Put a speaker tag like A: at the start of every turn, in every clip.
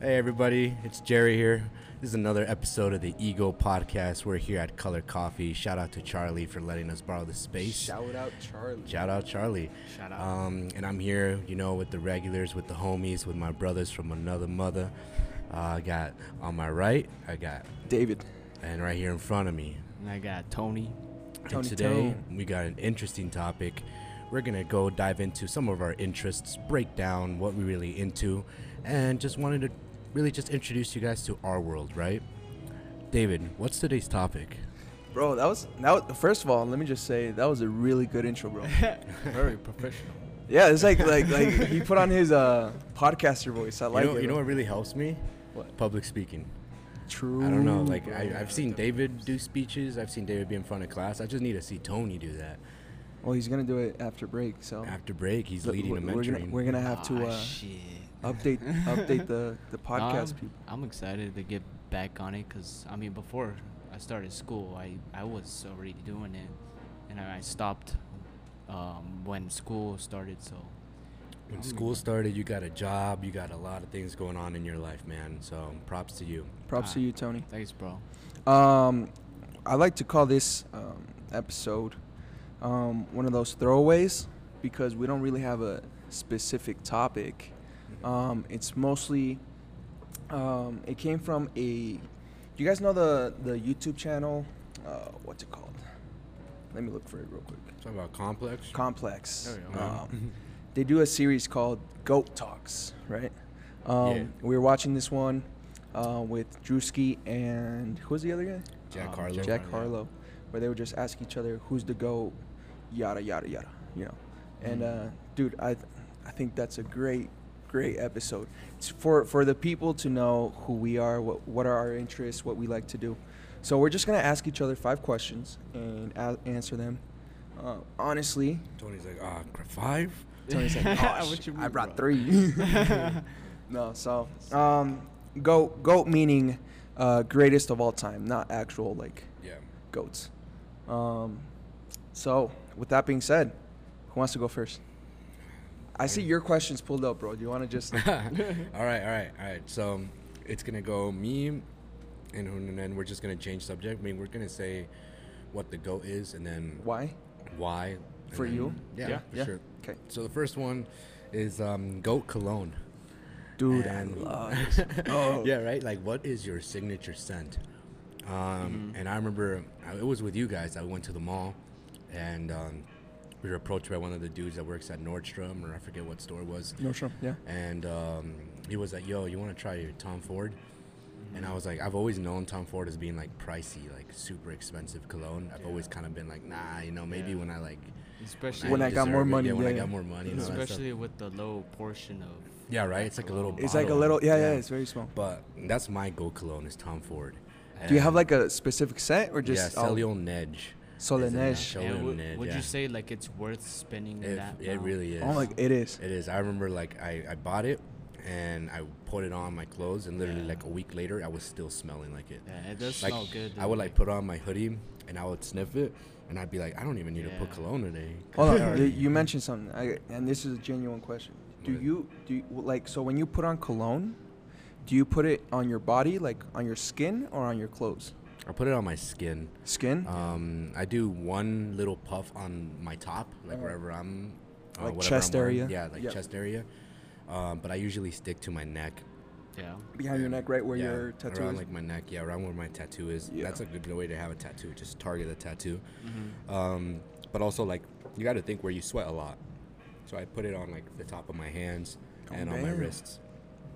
A: Hey, everybody, it's Jerry here. This is another episode of the Ego Podcast. We're here at Color Coffee. Shout out to Charlie for letting us borrow the space.
B: Shout out Charlie.
A: Shout out Charlie.
C: Shout out.
A: Um, and I'm here, you know, with the regulars, with the homies, with my brothers from another mother. Uh, I got on my right, I got,
B: David.
A: and right here in front of me.
C: And I got Tony.
A: And
B: Tony
A: today
B: Tone.
A: we got an interesting topic. We're gonna go dive into some of our interests, break down what we're really into, and just wanted to really just introduce you guys to our world, right? David, what's today's topic?
B: Bro, that was that was, first of all, let me just say that was a really good intro, bro.
C: Very professional.
B: yeah, it's like like like he put on his uh podcaster voice. I like
A: you know,
B: it.
A: you know
B: bro.
A: what really helps me?
B: What?
A: Public speaking.
B: True.
A: I don't know. Like I,
B: bro.
A: I've seen David do speeches. I've seen David be in front of class. I just need to see Tony do that
B: Well, he's gonna do it after break. So
A: after break. He's
B: Oh. Look,
A: leading a
B: we're- we're gonna-
A: mentoring.
B: We're gonna, have to
C: Ah,
B: uh,
C: shit.
B: update update the the podcast
C: I'm,
B: people.
C: I'm excited to get back on it because I mean, before I started school, I I was already doing it, and I, I stopped um, when school started. So Mm.
A: when school started, you got a job. You got a lot of things going on in your life, man. So props to you.
B: Props to
C: Ah.
B: you, Tony.
C: thanks, bro.
B: Um, I like to call this um, episode um, one of those throwaways because we don't really have a specific topic. Um, it's mostly um, it came from a. You guys know the the YouTube channel? Uh, what's it called? Let me look for it real quick.
A: Talking about complex.
B: Complex.
C: There we go.
B: Um, they do a series called Goat Talks, right? Um,
A: Yeah.
B: We were watching this one uh, with Drewski and who's the other guy?
A: Jack
C: Um,
A: Harlow.
B: Jack Harlow, where they would just ask each other who's the goat, yada yada yada, you know. And
C: Mm.
B: uh, dude, I, I think that's a great, great episode. It's for for the people to know who we are, what what are our interests, what we like to do. So we're just gonna ask each other five questions and a- answer them. Uh, honestly,
A: Tony's like, ah, cr- five.
B: Tony's like, oh,
C: What
B: shit,
C: you
B: I
C: mean,
B: brought
C: bro?"
B: three. no, so um, goat goat meaning uh, greatest of all time, not actual like
A: Yeah.
B: "Oh." goats. Um, so, with that being said, who wants to go first? I see your questions pulled up, bro. Do you want to just?
A: all right, all right, all right. So it's gonna go me and Hun- and then we're just gonna change subject. I mean, we're gonna say what the goat is, and then
B: Why?
A: why and
B: For
A: then-
B: you?
A: Yeah,
C: Yeah.
A: for
B: Yeah.
A: sure.
B: Okay.
A: So the first one is um, goat cologne.
B: Dude,
A: And-
B: I love this. Oh.
A: yeah, right. Like, what is your signature scent? Um,
B: Mm-hmm.
A: And I remember I- it was with you guys. I went to the mall, and um, we were approached by one of the dudes that works at Nordstrom, or I forget what store it was.
B: No, sure. Yeah.
A: and um, he was like, "Yo, you want to try your Tom Ford?" And
B: Mm-hmm.
A: I was like, "I've always known Tom Ford as being like pricey, like super expensive cologne. I've always kind of been like, nah, you know, maybe
C: Yeah.
A: when I like
C: Especially
B: When I got
A: deserve
B: more
A: it,
B: money,
A: yeah, when I
B: yeah.
A: got more money, and all that stuff.
C: especially with the low portion of
A: yeah, right. It's like a little.
B: It's like a
A: bottle.
B: little. Yeah, yeah. It's very small.
A: But that's my gold cologne is Tom Ford.
B: Do you have
A: And-
B: like a specific scent or just? oh,
A: yeah,
B: all-
A: Cellion Nedge?
B: Sol
A: is in
B: Nedge.
A: that
B: Yeah,
C: Yeah,
A: Cellion
C: would,
A: Nedge,
C: would
A: yeah.
C: you say like it's worth spending
A: It,
C: that?
A: it
C: amount?
A: really is.
B: oh my! It is.
A: It is. I remember like I, I bought it and I put it on my clothes and literally
C: Yeah.
A: like a week later I was still smelling like it.
C: Yeah, it does
A: Like
C: smell good.
A: I would
C: dude.
A: like put on my hoodie and I would sniff it and I'd be like, I don't even need to put
C: Yeah.
A: cologne today. 'cause
B: Hold
A: I
B: on.
A: already-
B: You you mentioned something, I, and this is a genuine question. Do
A: What?
B: you do you, like so when you put on cologne? Do you put it on your body, like on your skin, or on your clothes?
A: I put it on my skin.
B: Skin.
A: Um, I do one little puff on my top, like
B: Uh-huh.
A: wherever I'm, uh,
B: Like
A: whatever I'm
B: chest
A: wearing.
B: area?
A: Yeah, like
B: Yep.
A: chest area. Um, but I usually stick to my neck.
C: Yeah.
B: Behind your
A: and-
B: neck, right where
A: yeah,
B: your tattoo
A: around
B: is.
A: like my neck. Yeah, around where my tattoo is.
B: Yeah.
A: That's a good way to have a tattoo. Just target the tattoo.
C: Mhm.
B: Mm-hmm.
A: Um, but also like you got to think where you sweat a lot. So I put it on like the top of my hands
B: Oh,
A: and on my
B: damn.
A: wrists,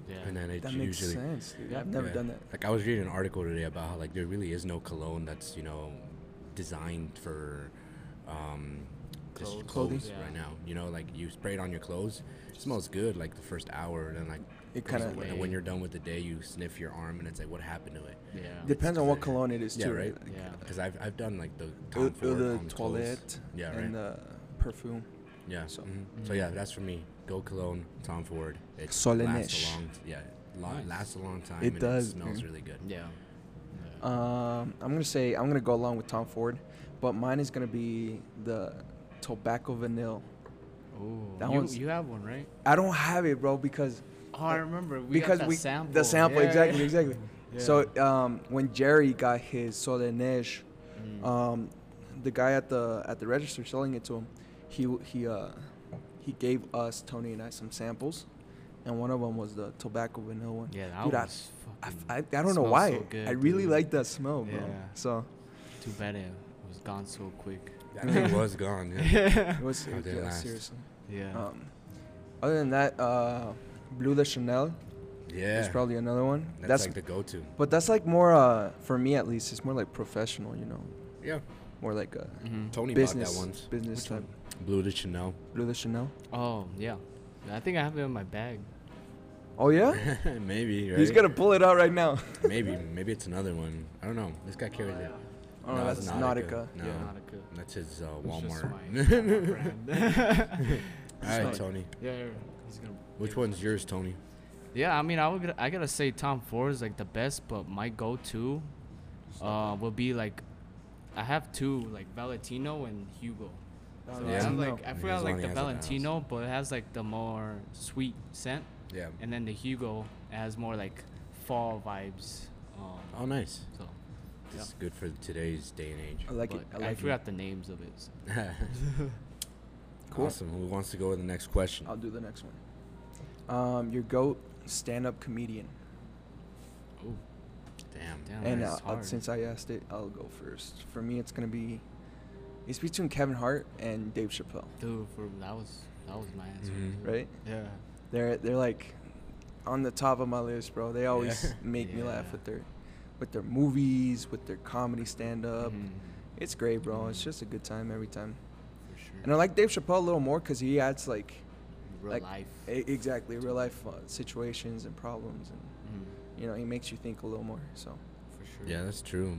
C: Yeah.
A: and then it
B: That
A: usually.
B: makes sense. Dude.
C: Yeah.
B: I've never
A: yeah.
B: done that.
A: Like I was reading an article today about how like there really is no cologne that's you know designed for um, just
C: Clothes.
A: clothes,
B: Clothing.
A: right
C: Yeah.
A: now. You know, like you spray it on your clothes, it smells good like the first hour, and then like
B: It
A: goes
B: kind
C: away.
B: of
A: when, when you're done with the day, you sniff your arm and it's like what happened to it.
C: Yeah.
B: depends on what
A: Yeah.
B: cologne it is
A: Yeah,
B: too,
A: right.
B: right?
C: Yeah.
A: Because I've, I've done like the
B: Eau-
A: Tom
B: eau
A: Ford
B: de
A: on the clothes.
B: toilette
A: Yeah, right.
B: and the perfume.
A: Yeah.
B: So- Mm.
A: So, so yeah, that's for me. Go cologne, Tom Ford. It
B: Soleil
A: lasts
B: Neige.
A: a long, yeah, lo-
C: Nice.
A: lasts a long time.
B: It
A: and
B: does, Mm.
A: It smells
B: dude.
A: really good.
C: Yeah. Yeah.
B: Um, I'm gonna say I'm gonna go along with Tom Ford, but mine is gonna be the tobacco vanilla.
C: Ooh,
B: That
C: you,
B: one's-
C: you have one, right?
B: I don't have it, bro, because
C: Oh, I remember. We
B: because
C: got that
B: we
C: sample.
B: the sample
C: Yeah,
B: exactly
C: yeah.
B: exactly. So um, when Jerry got his Solenesh,
C: Mm.
B: um, the guy at the at the register selling it to him, he w- he uh, he gave us Tony and I some samples, and one of them was the tobacco vanilla one.
C: yeah, that
B: dude, I-
C: was
B: I,
C: fucking.
B: I, I don't know
C: smells
B: why.
C: so good,
B: I really
C: dude.
B: like that smell, bro.
C: Yeah.
B: So
C: Too bad it was gone so quick.
A: That thing was gone. Yeah.
B: it was
A: How
B: it-
A: they
B: yeah,
A: last.
B: seriously.
C: Yeah.
B: Um, other than that, uh, Blue de Chanel
A: yeah.
B: is probably another one.
A: that's,
B: That's,
A: like the go-to.
B: but that's like more uh, for me at least. It's more like professional, you know,
A: Yeah.
B: more like a
C: Mhm.
A: Tony
B: business
A: bought that once.
B: business
C: Which
B: type.
C: one?
A: Blue to Chanel.
B: Blue de Chanel.
C: Oh yeah, I think I have it in my bag.
B: Oh yeah.
A: maybe. Right?
B: He's gonna pull it out right now.
A: Maybe. Maybe it's another one. I don't know. This guy carries it.
B: Oh,
A: No,
B: that's
A: it's Nautica.
B: Nautica.
A: No.
C: Yeah, not a good.
A: That's his uh,
C: it's just
A: Walmart.
C: my- my brand.
A: All right,
C: Nautica.
A: Tony.
C: yeah, yeah, he's gonna.
A: Which
C: give-
A: one's yours, Tony?
C: Yeah, I mean, I would. I gotta say Tom Ford is like the best, but my go-to, uh, will be like, I have two like Valentino and Hugo.
B: Oh,
C: So
A: Yeah.
C: I have,
B: Valentino.
C: like I
A: Here's
C: forgot
A: one
C: like
A: he has at
C: the
A: the house.
C: Valentino, but it has like the more sweet scent,
A: Yeah.
C: and then the Hugo has more like fall vibes. Um,
A: Oh, nice.
C: so
A: This is good for today's day and age.
B: I like it. I
C: but I,
B: like it.
C: forgot the names of it. so-
B: Cool.
A: Awesome. Who wants to go with the next question?
B: I'll do the next one. Um, your goat stand-up comedian.
C: Oh,
A: Damn.
C: damn.
B: and
C: that's
B: uh, I'll-
C: hard.
B: since I asked it, I'll go first. For me, it's gonna be it's between Kevin Hart and Dave Chappelle,
C: Dude, for that was that was my answer.
A: Mhm.
C: too.
B: right?
C: Yeah.
B: They're they're like on the top of my list, bro. They always
A: Yeah.
B: make me laugh
C: Yeah.
B: with their with their movies, with their comedy stand-up.
C: Mhm,
A: Mm-hmm.
B: It's great, bro. It's
C: Mhm.
B: just a good time every time.
C: for sure.
B: And I like Dave Chappelle a little more because he adds like
C: real
B: like,
C: life.
B: e- exactly real life uh, situations and problems, and
C: Mhm,
B: you know he makes you think a little more. So
C: for sure.
A: Yeah, that's true.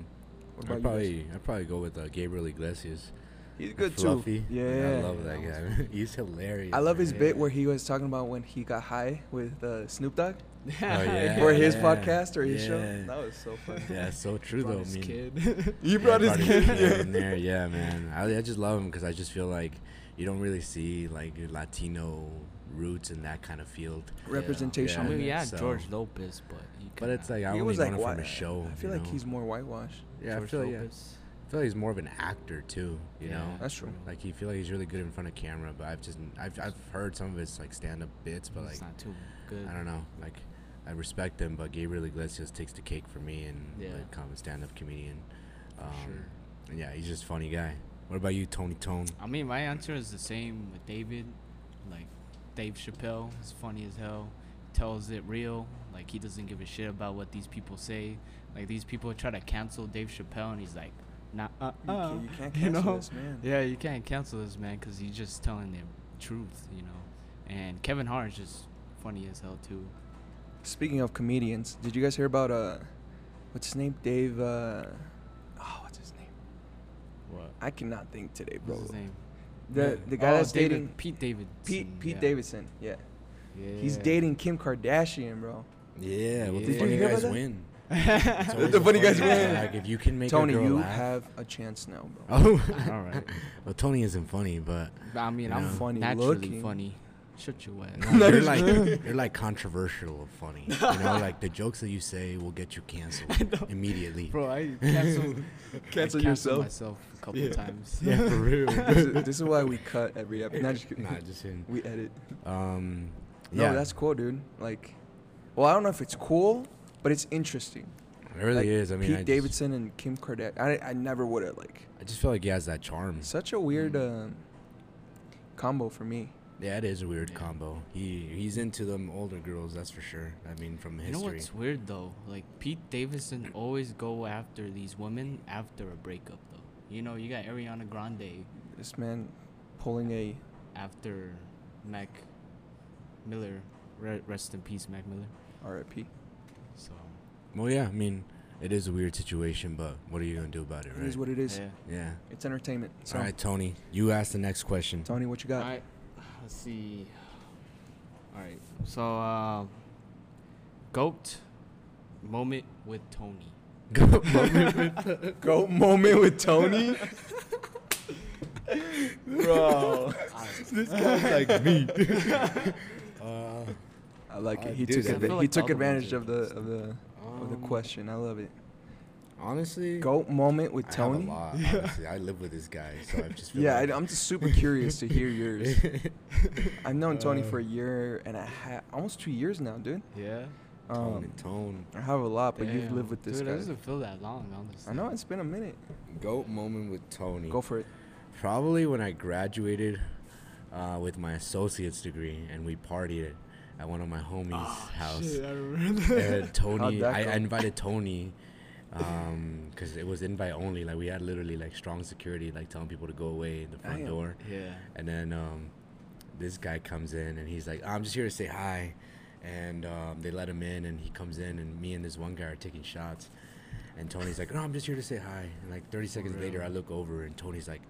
B: what
A: I
B: about you?
A: probably I probably go with uh, Gabriel Iglesias.
B: guys? He's good
A: Fluffy.
B: too. Yeah,
A: I love that
C: That was
A: guy. He's hilarious.
B: I love his
A: man.
B: bit where he was talking about when he got high with uh, Snoop Dogg
A: Oh, yeah.
B: for his
A: yeah,
B: podcast or his show.
A: yeah.
B: That was so funny.
A: Yeah, it's so true though. I mean,
C: kid.
B: He
A: yeah,
B: brought his kid.
A: in there. Yeah, man. I, I just love him because I just feel like you don't really see like Latino roots in that kind of field.
B: Representation.
C: I mean,
B: in
C: yeah,
B: there.
A: so-
C: George Lopez, but he
A: But
C: kinda-
A: it's uh, like I
B: he
A: only
B: was like
A: want him
B: why,
A: from a show.
B: I feel
A: you
B: like
A: know?
B: he's more whitewashed.
A: yeah. I
C: George
A: feel yeah.
C: Lopez.
A: I feel like he's more of an actor too. You
C: Yeah.
A: know.
B: That's true.
A: Like he feel like he's really good in front of camera, but I've just I've, I've heard some of his like stand up bits, but like
C: it's not too good.
A: I don't know, like I respect him, but Gabriel Iglesias takes the cake for me and
C: Yeah.
A: like common stand up comedian. Um,
C: sure.
A: and yeah, he's just a funny guy. What about you, Tony Tone?
C: I mean, my answer is the same with David. Like, Dave Chappelle is funny as hell. Tells it real. Like, he doesn't give a shit about what these people say. Like, these people try to cancel Dave Chappelle, and he's like, nah, uh,
B: You,
C: uh.
B: can, you can't
C: you
B: cancel
C: know?
B: this man.
C: Yeah, you can't cancel this man because he's just telling the truth, you know. And Kevin Hart is just funny as hell too.
B: Speaking of comedians, did you guys hear about uh, what's his name? Dave. Uh, oh, what's his name?
C: What?
B: I cannot think today, bro.
C: What's his name?
B: The the guy
C: Oh,
B: that's
C: David-
B: dating
C: Pete Davidson.
B: Pete Pete
C: yeah.
B: Davidson. Yeah.
C: Yeah.
B: he's dating Kim Kardashian, bro.
A: Yeah, what the funny
C: Yeah.
B: Did you hear
A: guys
B: about that?
A: win? It's
C: All
A: always
B: The funny guys
A: guys.
B: win.
A: Like if you can make
B: Tony,
A: a girl
B: you
A: laugh.
B: have a chance now, bro.
A: oh,
C: right.
A: well, Tony isn't funny, but
C: I mean,
A: Yeah.
C: I'm
B: Funny
C: naturally
B: looking.
C: funny. Shut your
A: no,
C: ass.
B: No,
A: you're
B: he's
A: like
B: not.
A: you're like controversial of funny. You know, like the jokes that you say will get you canceled immediately.
C: Bro, I canceled.
B: Cancel
C: I canceled
B: yourself.
C: myself a couple
B: Yeah.
C: times.
A: Yeah, for real.
B: this, is, this is why we cut every episode. Not just kidding.
A: Nah, just kidding.
B: We edit.
A: Um,
B: No,
A: yeah,
B: that's cool, dude. Like, well, I don't know if it's cool, but it's interesting.
A: it really
B: Like,
A: is. I mean,
B: Pete
A: I just,
B: Davidson and Kim Kardashian. I, I never would have like
A: I just feel like he has that charm.
B: such a weird
C: Mm.
B: um, combo for me.
A: Yeah, it is a weird
C: Yeah.
A: combo. He he's into them older girls, that's for sure. I mean, from
C: You know
A: history.
C: what's weird though? Like Pete Davidson always go after these women after a breakup though. You know, you got Ariana Grande
B: This man pulling a
C: after Mac Miller. Re- rest in peace, Mac Miller.
B: RIP.
C: So
A: well, yeah, I mean, it is a weird situation, but what are you gonna do about it,
B: It
A: right?
B: is what it is.
C: yeah.
A: yeah.
B: It's entertainment. So,
A: All right, Tony, you ask the next question.
B: Tony, what you got?
C: I let's see. All right. So uh, goat moment with Tony.
A: Go.
B: Go moment with Tony, bro.
C: I
A: this guy's like me. uh,
B: I like
A: I
B: it. He
A: do
B: took
A: that. I
B: adva-
C: feel
B: he
C: like
B: took
C: all the
B: advantage of
C: ones
B: the
C: are
B: of the of the
A: um,
B: question. I love it.
A: Honestly,
B: Goat moment with
A: I have a
B: Tony.
A: lot,
C: Yeah.
A: honestly. I live with this guy, so I just feel
B: Yeah, I,
A: like
B: I'm just super curious to hear yours. I've known
A: Uh.
B: Tony for a year and a half, almost two years now, dude.
C: Yeah.
A: Tone
B: Um,
A: and tone.
B: I have a lot, but you've
C: Damn.
B: lived with this
C: Dude,
B: guy.
C: It doesn't feel that long, honestly.
B: I know it's been a minute.
A: Goat moment with Tony.
B: Go for it.
A: Probably when I graduated uh, with my associate's degree and we partied at one of my homies' house.
C: I remember
A: And Tony,
B: that
A: I,
B: go?
A: I invited Tony because it was invite only. Like we had literally like strong security, like telling people to go away in the front
B: Damn.
A: door.
C: Yeah.
A: And then um, this guy comes in and he's like, I'm just here to say hi. And um, they let him in and he comes in and me and this one guy are taking shots. And Tony's like, No, I'm just here to say hi. And like 30 seconds later, I
C: Really?
A: look over and Tony's like,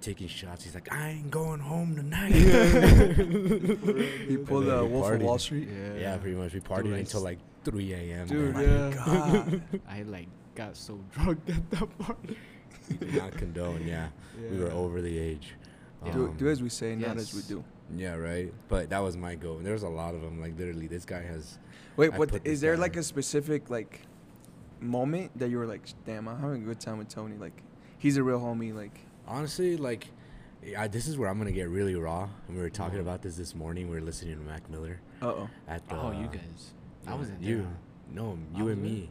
A: Taking shots, he's like, I ain't going home tonight. he
B: He pulled a Wolf of Wall Street.
C: Yeah.
A: Yeah, pretty much. We partied
C: I
A: until
C: s-
A: like 3 a.m.
B: Dude,
A: and I
B: yeah.
C: I like got so drunk at that party.
A: did not condone. Yeah, we were
C: Yeah.
A: over the age.
B: do,
A: Um,
B: do as we say, not as we
C: yes.
B: do.
A: Yeah, right. But that was my goal. And there's a lot of them. Like literally, this guy has.
B: Wait,
A: I
B: what
A: put
B: is
A: this
B: there
A: down.
B: like a specific like moment that you were like, damn, I'm having a good time with Tony. Like, he's a real homie. Like,
A: Honestly, like, I, this is where I'm gonna get really raw. And we were talking
C: Mhm.
A: about this this morning. We were listening to Mac Miller
B: uh oh.
A: at the.
C: Oh, you guys. I
A: yeah,
C: wasn't there.
A: you. No, you
C: was
A: and
C: there?
A: me.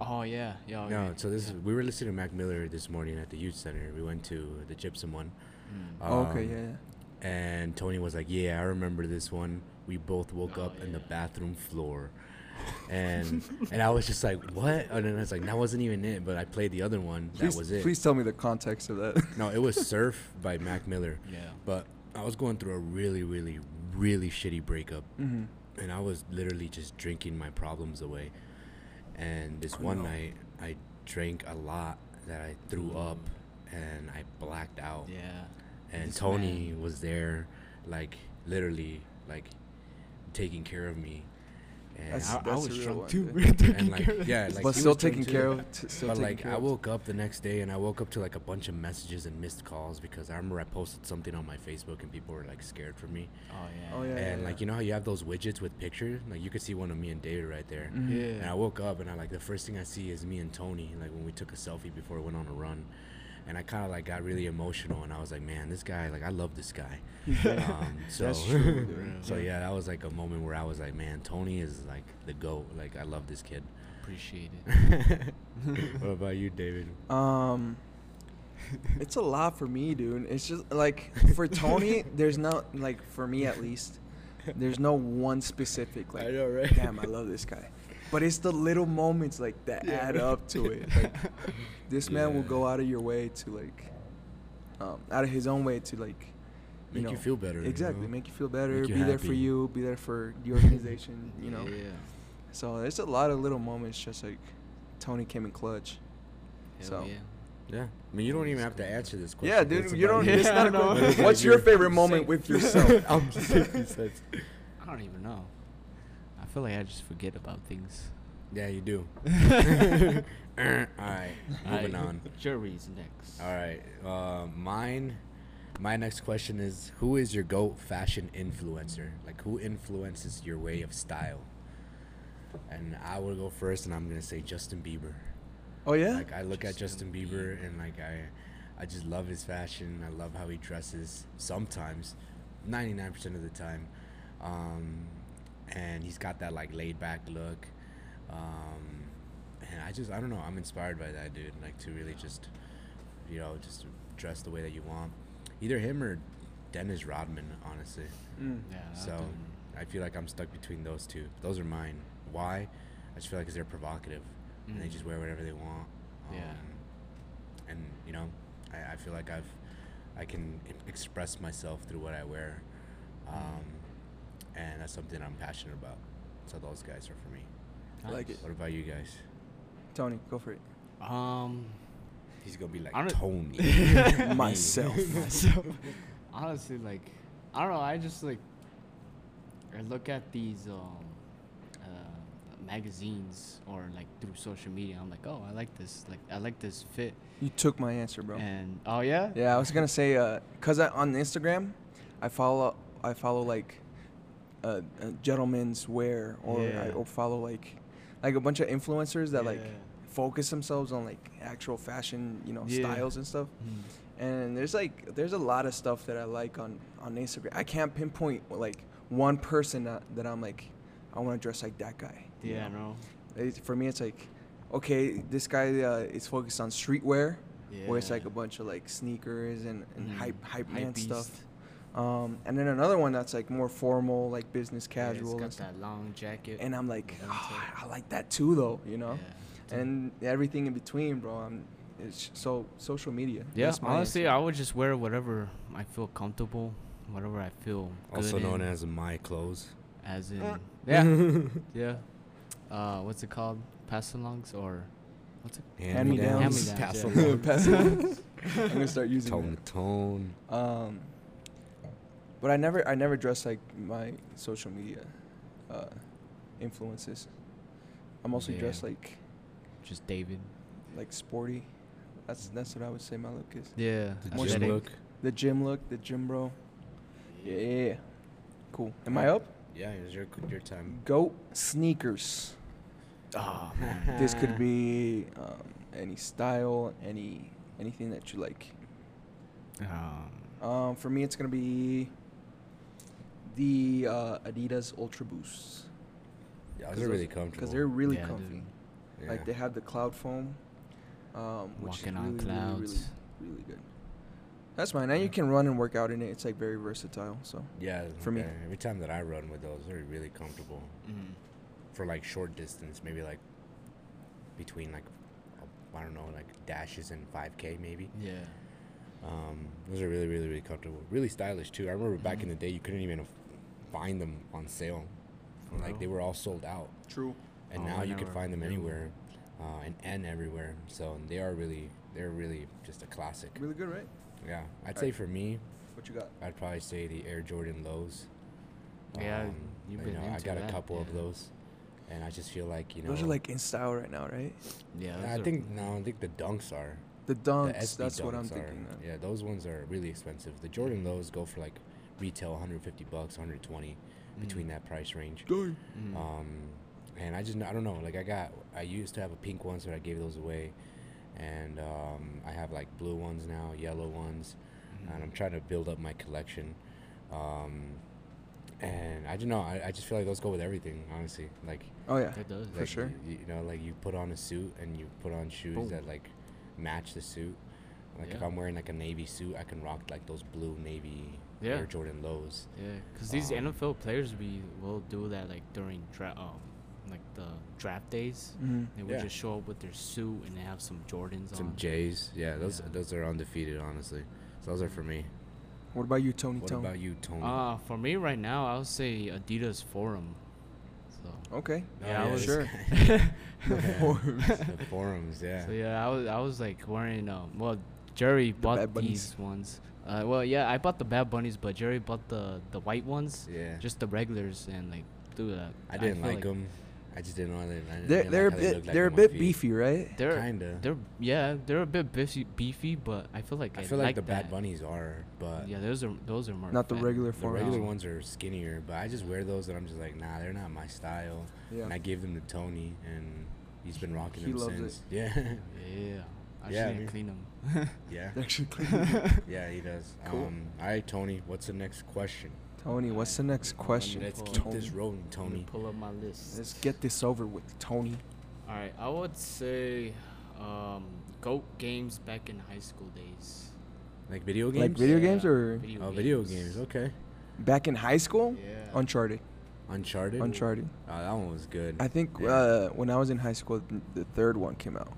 C: Oh yeah. Yeah. okay.
A: No, so this
C: Yeah.
A: is we were listening to Mac Miller this morning at the youth center. We went to the Gypsum one.
C: Mm.
B: Oh, okay,
A: Um,
B: yeah, yeah.
A: And Tony was like, "Yeah, I remember this one. We both woke
C: Oh,
A: up in the
C: yeah.
A: bathroom floor." And and I was just like, "What?" And then I was like, "That wasn't even it." But I played the other one.
B: Please,
A: that was it.
B: Please tell me the context of that.
A: No, it was "Surf" by Mac Miller.
C: Yeah.
A: But I was going through a really, really, really shitty breakup,
B: mm-hmm.
A: and I was literally just drinking my problems away. And this
B: Oh,
A: one
B: no.
A: night, I drank a lot that I threw
B: Mm.
A: up, and I blacked out
C: Yeah.
A: and
C: This
A: Tony
C: man.
A: was there, like literally, like taking care of me. And
B: That's-
A: I,
C: I, I
B: that's
C: was
B: a real
C: drunk
B: one,
C: too.
B: dude.
C: We were taking
A: and like
C: care of
A: yeah,
C: this.
A: like
B: but
A: he
B: still
A: was drunk
B: taking
A: too.
B: care of. T- still
A: But
B: taking
A: like
B: care
A: I
B: of.
A: woke up the next day and I woke up to like a bunch of messages and missed calls because I remember I posted something on my Facebook and people were like scared for me.
C: Oh yeah.
B: Oh, yeah.
A: and like you know how you have those widgets with pictures, like you could see one of me and David right there.
B: Mhm.
C: Yeah.
A: And I woke up and I like the first thing I see is me and Tony like when we took a selfie before we went on a run, and I kind of like got really emotional and I was like, man, this guy like I love this guy. Um, so
B: That's true. dude.
C: Real.
A: so yeah, that was like a moment where I was like, man, Tony is like the goat. Like I love this kid.
C: Appreciate it.
A: what about you, David?
B: Um, it's a lot for me, dude. It's just like for Tony, there's no like for me at least, there's no one specific like.
A: know, right?
B: Damn, I love this guy. But it's the little moments like that
C: Yeah.
B: add up to it. Like, this man will
A: Yeah.
B: go out of your way to like, um, out of his own way to like,
A: Make you
B: know,
A: feel better, you
B: Exactly,
A: know?
B: make you feel better.
A: Make you
B: be there for
A: happy.
B: you. Be there for the organization. you know.
C: Yeah.
B: So there's a lot of little moments just like Tony came in clutch.
C: Hell
B: So-
C: yeah.
A: Yeah. I mean, you don't even have to answer this question.
B: Yeah, dude,
A: It's
B: you
A: about
B: don't.
C: Yeah,
B: it's not a
C: no.
B: good-
A: But it's
B: What's
A: like
B: your
A: you're-
B: favorite moment with yourself?
A: I'm just taking sense.
C: I don't even know. I feel like I just forget about things.
A: Yeah, you do.
C: Alright,
A: All right, moving on.
C: Jury's next.
A: All right, uh, mine. My next question is: Who is your goat fashion influencer? Like, who influences your way of style? And I will go first, and I'm gonna say Justin Bieber.
B: Oh yeah.
A: Like, I look at Justin
C: Justin
A: Bieber, and like I, I just love his fashion. I love how he dresses. Sometimes, 99% of the time, um, and he's got that like laid back look. Um, and I just, I don't know. I'm inspired by that dude. Like to really just you know, just dress the way that you want. Either him or Dennis Rodman, honestly.
B: Mm.
C: Yeah. that
A: So
C: dude.
A: I feel like I'm stuck between those two. Those are mine. Why? I just feel like 'cause they're provocative and they
C: Mm.
A: just wear whatever they want. Um,
C: Yeah.
A: And you know, I, I feel like I've I can e- express myself through what I wear, um, and that's something I'm passionate about. So those guys are for me.
B: I like it.
A: What about you guys?
B: Tony, go for it.
C: Um,
A: He's gonna be like
C: I don't-
A: Tony.
B: Myself.
C: myself. Honestly, like, I don't know. I just like, I look at these um, uh, magazines or like through social media. I'm like, oh, I like this. Like, I like this fit.
B: You took my answer, bro.
C: And oh yeah.
B: Yeah, I was gonna say, uh, cause I, on Instagram, I follow I follow like uh, uh, gentlemen's wear or I
C: Yeah.
B: or follow like like a bunch of influencers that like
C: Yeah.
B: focus themselves on like actual fashion, you know,
C: Yeah.
B: styles and stuff.
C: Mm.
B: And there's like there's a lot of stuff that I like on on Instagram. I can't pinpoint like one person that, that I'm like I want to dress like that guy. you
C: Yeah,
B: know?
C: no.
B: It's- for me it's like okay, this guy uh, is focused on streetwear where it's like a bunch of like sneakers and, and
C: Mhm.
B: hype hype man
C: Hypebeast.
B: stuff. Um, and then another one that's like more formal, like business
C: Yeah, it's
B: casual. and,
C: got
B: stuff.
C: that long jacket.
B: and I'm like,
C: Yeah, that's
B: "Ah,
C: it.
B: I like that too, though, you know.
C: Yeah.
B: And everything in between, bro. I'm it's so social media.
C: Yeah,
B: That's my
C: honestly,
B: answer.
C: I would just wear whatever I feel comfortable, whatever I feel good
A: Also known
C: in,
A: as my clothes.
C: as
B: Uh.
C: in yeah, yeah. Uh, what's it called? Pass-alongs or what's it?
B: Hand-me-downs.
A: Hand-me-downs.
C: Hand-me-downs, yeah.
A: Pass-alongs.
B: Pass along. I'm gonna start using
A: Tone to tone.
B: that. Um, but I never I never dress like my social media uh, influences. I'm also
C: Yeah.
B: dressed like
C: Just David.
B: like sporty. That's that's what I would say my look is.
C: Yeah.
A: The
B: More
A: gym
B: aesthetic.
A: look.
B: The gym look, the gym bro. Yeah. Cool. Am I up?
A: Yeah, it's your your time.
B: Goat sneakers.
C: Oh man.
B: This could be um, any style, any anything that you like.
C: Um,
B: Um, for me, it's gonna be the uh, Adidas Ultra Boosts
A: Yeah,
B: 'Cause
A: they're Oh, really
B: those-
A: comfortable.
B: because they're really
C: yeah,
B: comfy.
C: dude.
A: yeah.
B: Like they have the cloud foam, um, which
C: Walking
B: is
C: on
B: really,
C: clouds.
B: really, really, really good. That's mine. And you can run and work out in it. It's like very versatile. So
A: Yeah,
B: for me.
A: yeah, Every time that I run with those, they're really comfortable
C: Mm.
A: for like short distance, maybe like between like uh, I don't know, like dashes and 5k maybe.
C: Yeah.
A: Um, those are really, really, really comfortable. Really stylish too. I remember
B: Mm-hmm.
A: back in
C: Mhm.
A: the day, you couldn't even af- find them on sale.
C: For
A: Like
C: real?
A: they were all sold out,
B: true.
A: and
C: Oh,
A: now
C: I
A: you can
C: never-
A: find them
C: never-
A: anywhere, uh, and and everywhere. So and they are really, they're really just a classic.
B: Really good, right?
A: Yeah, I'd
B: Alright.
A: say for me,
B: What you got?
A: I'd probably say the Air Jordan lows.
C: Yeah, you've been
A: I
C: into
A: got a
C: that,
A: couple of
C: yeah.
A: those, and I just feel like you know.
B: Those are like in style right now, right?
C: Yeah.
A: I
C: those are-
A: think no, I think the Dunks are.
B: The dunks.
A: the SB
B: that's what I'm
A: Dunks are-
B: thinking. Of.
A: Yeah, those ones are really expensive. The Jordan lows go for like retail 150 bucks, 120 between
C: Mm.
A: that price range.
B: Dang.
C: Mm.
A: Um, and I just I don't know. Like I got I used to have a pink ones, but I gave those away, and um, I have like blue ones now, yellow ones and
C: Mm.
A: I'm trying to build up my collection. Um, and I don't know. I, I just feel like those go with everything, honestly. Like,
B: Oh yeah.
C: It does.
B: For
A: like,
B: sure.
A: You, you know, like you put on a suit and you put on shoes
C: Boom.
A: that like match the suit. Like if
C: Yeah.
A: I'm wearing like a navy suit, I can rock like those blue navy
C: Yeah.
A: Air Jordan lows.
C: Yeah, because these
A: Um,
C: NFL players we will do that like during dra- um, like the draft days.
B: Mm-hmm.
C: They would
A: Yeah.
C: just show up with their suit and they have some Jordans
A: Some
C: on.
A: J's, yeah. Those
C: Yeah.
A: those are undefeated, honestly. So those are for me.
B: What about you, Tony?
A: What
B: Tone?
A: about you, Tony?
C: uh, for me right now, I'll say Adidas Forum. So
B: Okay.
A: Oh,
C: yeah, I was-
B: sure. The
A: Yeah.
B: forums.
A: the forums, yeah.
C: so yeah, I was I was like wearing um well Jerry
B: Bad
C: bought
B: Bunnies.
C: these ones. Uh, well yeah, I bought the Bad Bunnies, but Jerry bought the the white ones,
A: yeah.
C: just the regulars, and like dude, uh,
A: I didn't
C: feel
A: like them. I just didn't want to.
B: They're they're a bit they're a bit beefy, right?
C: They're
A: Kinda.
C: they're yeah they're a bit beefy, beefy but I feel like I,
A: I feel like, the
C: that.
A: Bad Bunnies are, but
C: Yeah, those are those are more
B: Not the
C: fat.
B: regular
A: the
B: form.
A: regular
C: No.
A: ones are skinnier. But I just wear those, and I'm just like, nah, they're not my style.
B: Yeah.
A: And I gave them to Tony, and he's been rocking
B: He
A: them
B: loves it.
A: since. Yeah,
C: Yeah, I
A: Yeah,
C: yeah, should
A: man.
C: clean them.
A: yeah,
B: They're actually clean.
A: yeah. He does.
B: Cool.
A: Um, all right, Tony. What's the next question?
B: Tony, what's the next question?
A: Let's
C: Tony.
A: keep this rolling, Tony.
C: pull up my list.
B: Let's get this over with, Tony.
C: All right, I would say um, goat games back in high school days.
A: Like video games.
B: Like video
C: Yeah,
B: games or-
A: Oh, video games. Okay.
B: Back in high school,
C: Yeah.
B: Uncharted.
A: Uncharted.
B: Uncharted.
A: Oh, that one was good.
B: I think
A: Yeah.
B: uh, when I was in high school, th- the third one came out,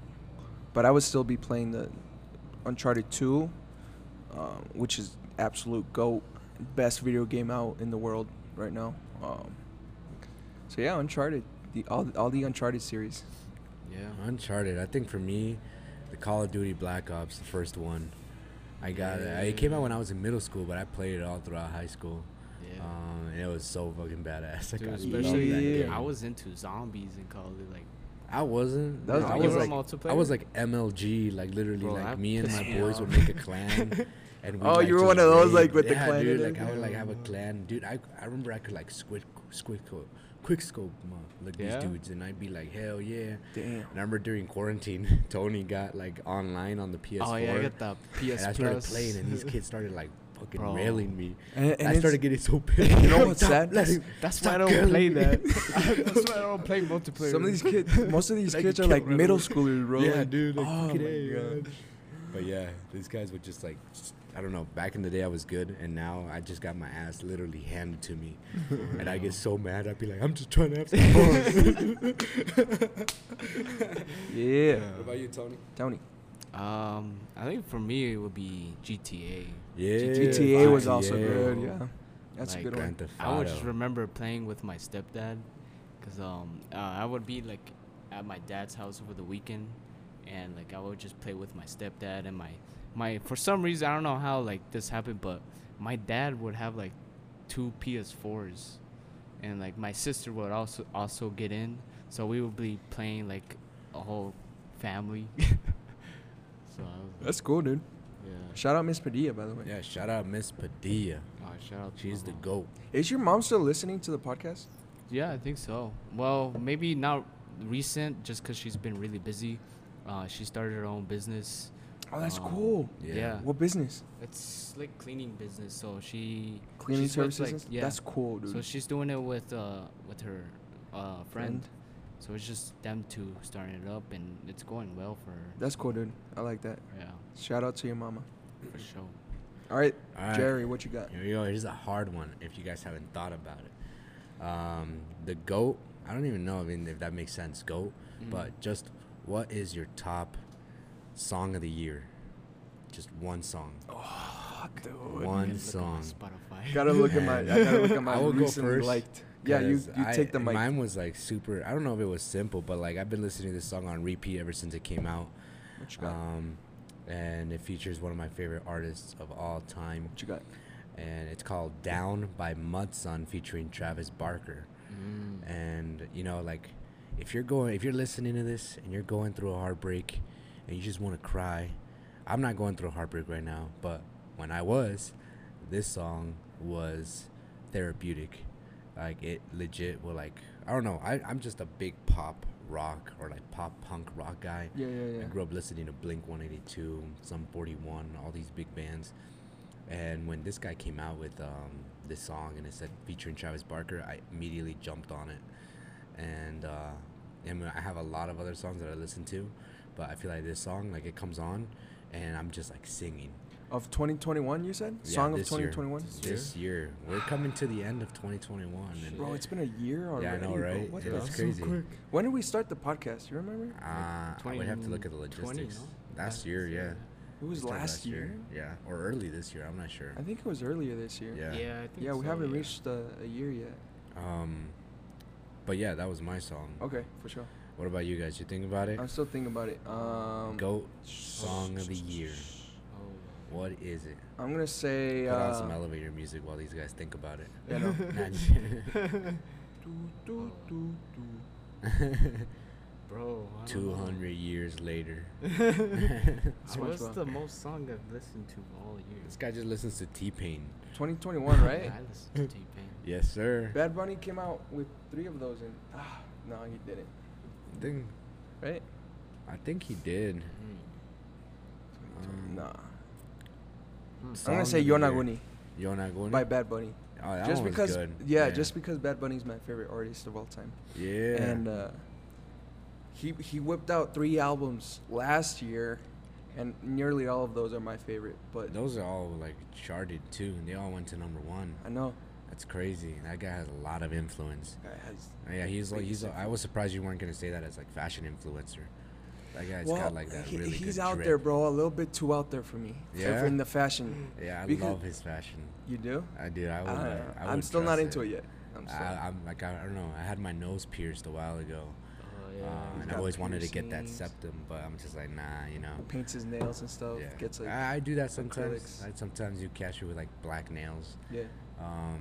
B: but I would still be playing the Uncharted Two, um, which is absolute goat, best video game out in the world right now. Um, so yeah, Uncharted, the all all the Uncharted series.
C: Yeah.
A: Uncharted. I think for me, the Call of Duty Black Ops, the first one. I got it. It came out when I was in middle school, but I played it all throughout high school.
C: Yeah.
A: Um, and it was so fucking badass. Like,
C: Dude,
A: I, loved
C: especially
A: that
B: yeah.
A: game.
C: I was into zombies and Call of Duty. Like,
A: I wasn't.
B: That was-
A: I
B: you
A: was
B: were on
A: like, I
C: multiplayer?
A: was like MLG, like literally,
C: Bro,
A: like
C: that
A: me and
C: pissed
A: my
C: me
A: boys
C: off.
A: would make a clan, And
B: Oh, you were
A: just
B: one of those, like, with the
A: yeah,
B: clan
A: Dude,
B: and
A: like I would like have a
B: everything.
A: clan, dude. I, I remember I could like squid squid scope, quick scope, uh, like
C: Yeah?
A: these dudes, and I'd be like, hell yeah.
B: Damn.
A: And I remember during quarantine, Tony got like online on the PS4.
C: Oh yeah, I got the PS
A: and I started
C: Plus.
A: playing, and these kids started like fucking
C: Bro.
A: railing me.
B: And,
A: I
B: it's-
A: started getting so pissed.
B: You know what's
A: Stop,
B: sad?
A: let him-
C: That's why
A: stop
C: I don't
A: killing
C: play
A: me.
C: that. That's why I don't play multiplayer.
B: Some of these kids, most of these
A: Like,
B: kids
A: you
B: are like
A: can't
B: middle
A: remember.
B: schoolers, bro.
A: Yeah,
B: Like,
A: dude. Like,
B: oh
A: fucking
B: my
A: A,
B: God.
A: man. But yeah, these guys were just like, just- I don't know. Back in the day, I was good, and now I just got my ass literally handed to me, and I get so mad. I'd be like, I'm just trying to have some fun.
B: Yeah.
A: What about you, Tony?
B: Tony.
C: Um, I think for me it would be GTA.
A: Yeah,
B: GTA was
A: fuck
B: also
A: yeah.
B: good. Yeah. That's
C: Like,
B: a good one.
A: Grand Theft
C: I would just
A: Auto.
C: remember playing with my stepdad, cause um, uh, I would be like at my dad's house over the weekend, and like I would just play with my stepdad and my my. For some reason, I don't know how like this happened, but my dad would have like two PS4s, and like my sister would also also get in, so we would be playing like a whole family. so I was, like,
B: That's cool, dude.
C: yeah.
B: Shout out Miss Padilla, by the way.
A: Yeah, shout out Miss Padilla.
C: Oh, shout out. to
A: She's
C: my
A: the
C: mom.
A: goat.
B: Is your mom still listening to the podcast?
C: Yeah, I think so. Well, maybe not recent, just because she's been really busy. Uh, she started her own business.
B: Oh, that's
C: Um,
B: cool.
A: Yeah.
C: Yeah.
B: What business?
C: It's like cleaning business. So she
B: Cleaning
C: she's with,
B: services.
C: like-
B: and stuff?
C: yeah.
B: That's cool, dude.
C: So she's doing it with uh with her uh friend. So it's just them two starting it up, and it's going well for her.
B: That's cool, dude. I like that.
C: yeah,
B: Shout out to your mama.
C: for sure.
B: All right,
A: All right.
B: Jerry, what you got?
A: Here we go. Here's a hard one if you guys haven't thought about it. Um, the GOAT, I don't even know I mean, if that makes sense, GOAT,
B: Mm.
A: but just what is your top song of the year? Just one song.
B: Oh, dude.
A: One
C: Look at my
A: song.
C: Spotify.
B: Gotta look at my. I gotta look at my
A: I will go
B: recently
A: first,
B: liked. Yeah, you
A: 'Cause
B: you
A: I-
B: take the mic.
A: Mine was like super, I don't know if it was simple, but like I've been listening to this song on repeat ever since it came out.
B: what you got?
A: Um, and it features one of my favorite artists of all time,
B: what you got?
A: and it's called Down by Mudson featuring Travis Barker.
C: Mm.
A: and you know like if you're going if you're listening to this and you're going through a heartbreak and you just want to cry i'm not going through a heartbreak right now but when i was this song was therapeutic like it legit will like i don't know I, i'm just a big pop rock or like pop punk rock guy
B: Yeah, yeah,
A: I
B: yeah.
A: grew up listening to Blink 182, some 41, all these big bands. And when this guy came out with um, this song and it said featuring Travis Barker, I immediately jumped on it. And uh, I, mean, I have a lot of other songs that I listen to, but I feel like this song, like it comes on and I'm just like singing.
B: Of 2021, you said
A: Yeah,
B: song of
A: this year.
B: 2021.
A: This, year. We're coming to the end of 2021. And
B: Bro, it's been a year already.
A: yeah, I know,
B: bro.
A: right?
B: What
A: Yeah,
B: the-
A: It's crazy.
B: When did we start the podcast? You remember?
A: Uh, I would have to look at the
C: 2020,
A: logistics.
C: no?
A: Last year, yeah.
B: It was
A: Started
B: last year.
A: Yeah, or early this year. I'm not sure.
B: I think it was earlier this year.
A: Yeah.
C: Yeah, I think
B: Yeah, we
C: so,
B: haven't
C: yeah.
B: reached uh, a year yet.
A: Um, but yeah, that was my song.
B: Okay, for sure.
A: What about you guys? You think about it?
B: I'm still thinking about it. Um,
A: Goat song of the year.
C: Oh.
A: What is it?
B: I'm gonna say.
A: Put on some
B: Uh,
A: elevator music while these guys think about it.
B: you know,
A: Nah, just-
B: doo, doo, doo, doo.
C: Bro, I don't
A: Two
C: know.
A: hundred years later,
C: So What's
B: SpongeBob.
C: the most song I've listened to all year?
A: this guy just listens to T Pain.
B: 2021, right?
C: I listen to T-Pain.
A: Yes, sir.
B: Bad Bunny came out with three of those, and ah, no, he didn't.
A: I think,
B: Right?
A: I think he did.
C: Mm.
A: Um,
B: nah. I'm
A: song
B: gonna say
A: of the year.
B: Yonaguni
A: Yonaguni.
B: by Bad Bunny.
A: Oh, that
B: just
A: one was
B: because,
A: good.
B: Yeah, just because Bad Bunny's my favorite artist of all time.
A: Yeah.
B: And uh, he he whipped out three albums last year, and nearly all of those are my favorite. But
A: Those are all like charted too, and they all went to number one.
B: I know
A: That's crazy. That guy has a lot of influence.
B: that has
A: Uh, Yeah, he's like
B: Big
A: he's. a- I
B: influence.
A: was surprised you weren't gonna say that as like fashion influencer. That guy's
B: well,
A: got like that
B: he-
A: really
B: he's
A: good
B: out
A: drip.
B: there, bro. A little bit too out there for me. for-
A: Yeah?
B: for in the fashion,
A: Yeah, I
B: because-
A: love his fashion.
B: you do.
A: I do. I would.
B: I
A: uh,
B: don't know.
A: I
B: I'm
A: would
B: still not
A: trust
B: into it yet. I'm still.
A: I, I'm like I, I don't know. I had my nose pierced a while ago,
C: Oh,
A: uh, and
C: yeah.
A: I
B: got
A: always wanted to get that
B: piercings.
A: septum, but I'm just like nah, you know.
B: paints his nails and stuff.
A: Yeah. Ah.
B: Gets like
A: I, I do that sometimes.
B: acrylics.
A: I, sometimes you catch it with like black nails.
B: yeah.
A: Um,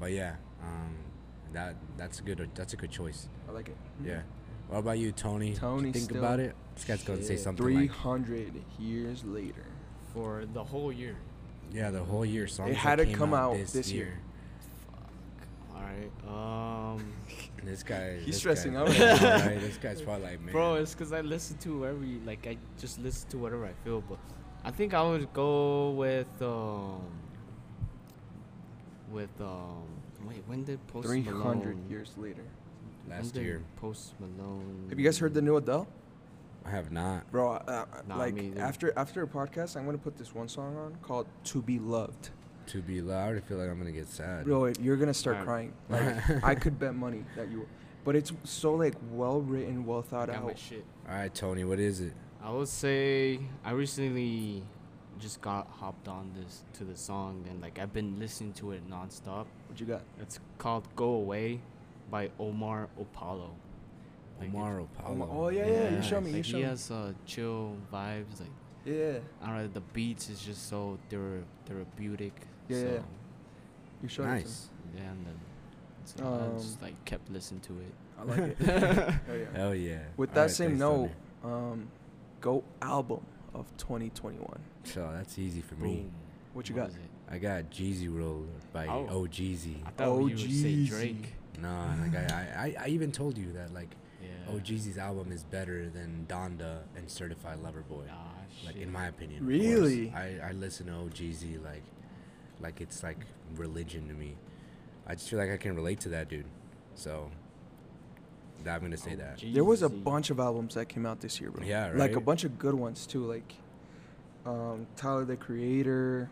A: but yeah, um, that that's a good that's a good choice.
B: I like it.
A: Yeah. What about you, Tony? Did you
B: Tony
A: think
B: still-
A: about it. This guy's gonna say
C: Shit.
A: something
B: Three
A: like
B: hundred years later.
C: For the whole year.
A: Yeah, the whole year songs.
B: It
A: that
B: had to
A: came
B: come out this year.
C: All right. Um,
A: And This guy.
B: He's
A: this
B: stressing
A: guy,
B: out.
A: right? This guy's probably like, man.
C: bro, it's because I listen to every like I just listen to whatever I feel. But I think I would go with um with um wait when did Post
B: Three
C: Malone
B: hundred years later.
C: when
A: last
C: did
A: year.
C: Post Malone.
B: Have you guys heard the new Adele?
A: I have not.
B: Bro, uh,
C: Nah,
B: like
C: me either.
B: after after a podcast, I'm gonna put this one song on called "To Be Loved."
A: To be loud, I already feel like I'm gonna get sad.
B: Bro, it- you're gonna start
C: Alright.
B: crying. Like I could bet money that you. But it's so like well written, well thought
C: Got my
B: out.
C: shit.
A: All right, Tony, what is it?
C: I would say I recently just got hopped on this to the song and like I've been listening to it nonstop.
B: What you got?
C: It's called "Go Away" by Omar Apollo. Like, it-
A: Omar Apollo.
B: oh, yeah, yeah, you show me,
C: Like
B: you show
C: he
B: me.
C: has uh, chill vibes. Like
B: Yeah,
C: I don't know, the beats is just so thera- therapeutic.
B: Yeah,
C: so,
B: yeah. you showed it to me.
A: Nice.
C: yeah, and then so I
B: Um,
C: just like kept listening to it.
B: I like it. Oh, yeah.
A: Hell yeah.
B: With
A: All
B: that
A: right,
B: same
A: thanks,
B: note,
A: Tony.
B: um, go album of 2021.
A: So that's easy for me.
C: Boom.
B: What you got?
C: is it?
A: I got Jeezy Roll by
C: Oh.
A: oh. OGZ.
C: I thought you would say
B: OGZ.
C: Drake.
A: No, like I, I, I even told you that like
C: Yeah.
A: OGZ's Oh, album is better than Donda and Certified Lover Boy.
C: Nah,
A: Like
C: Ah, shit.
A: in my opinion. of course.
B: Really?
A: I, I listen to OGZ like like it's like religion to me. I just feel like I can relate to that dude. So that- I'm gonna
C: Oh,
A: say that.
B: There was a
C: OGZ.
B: bunch of albums that came out this year, bro.
A: Yeah,
B: Like a
A: right?
B: bunch of good ones too, like um, Tyler the Creator,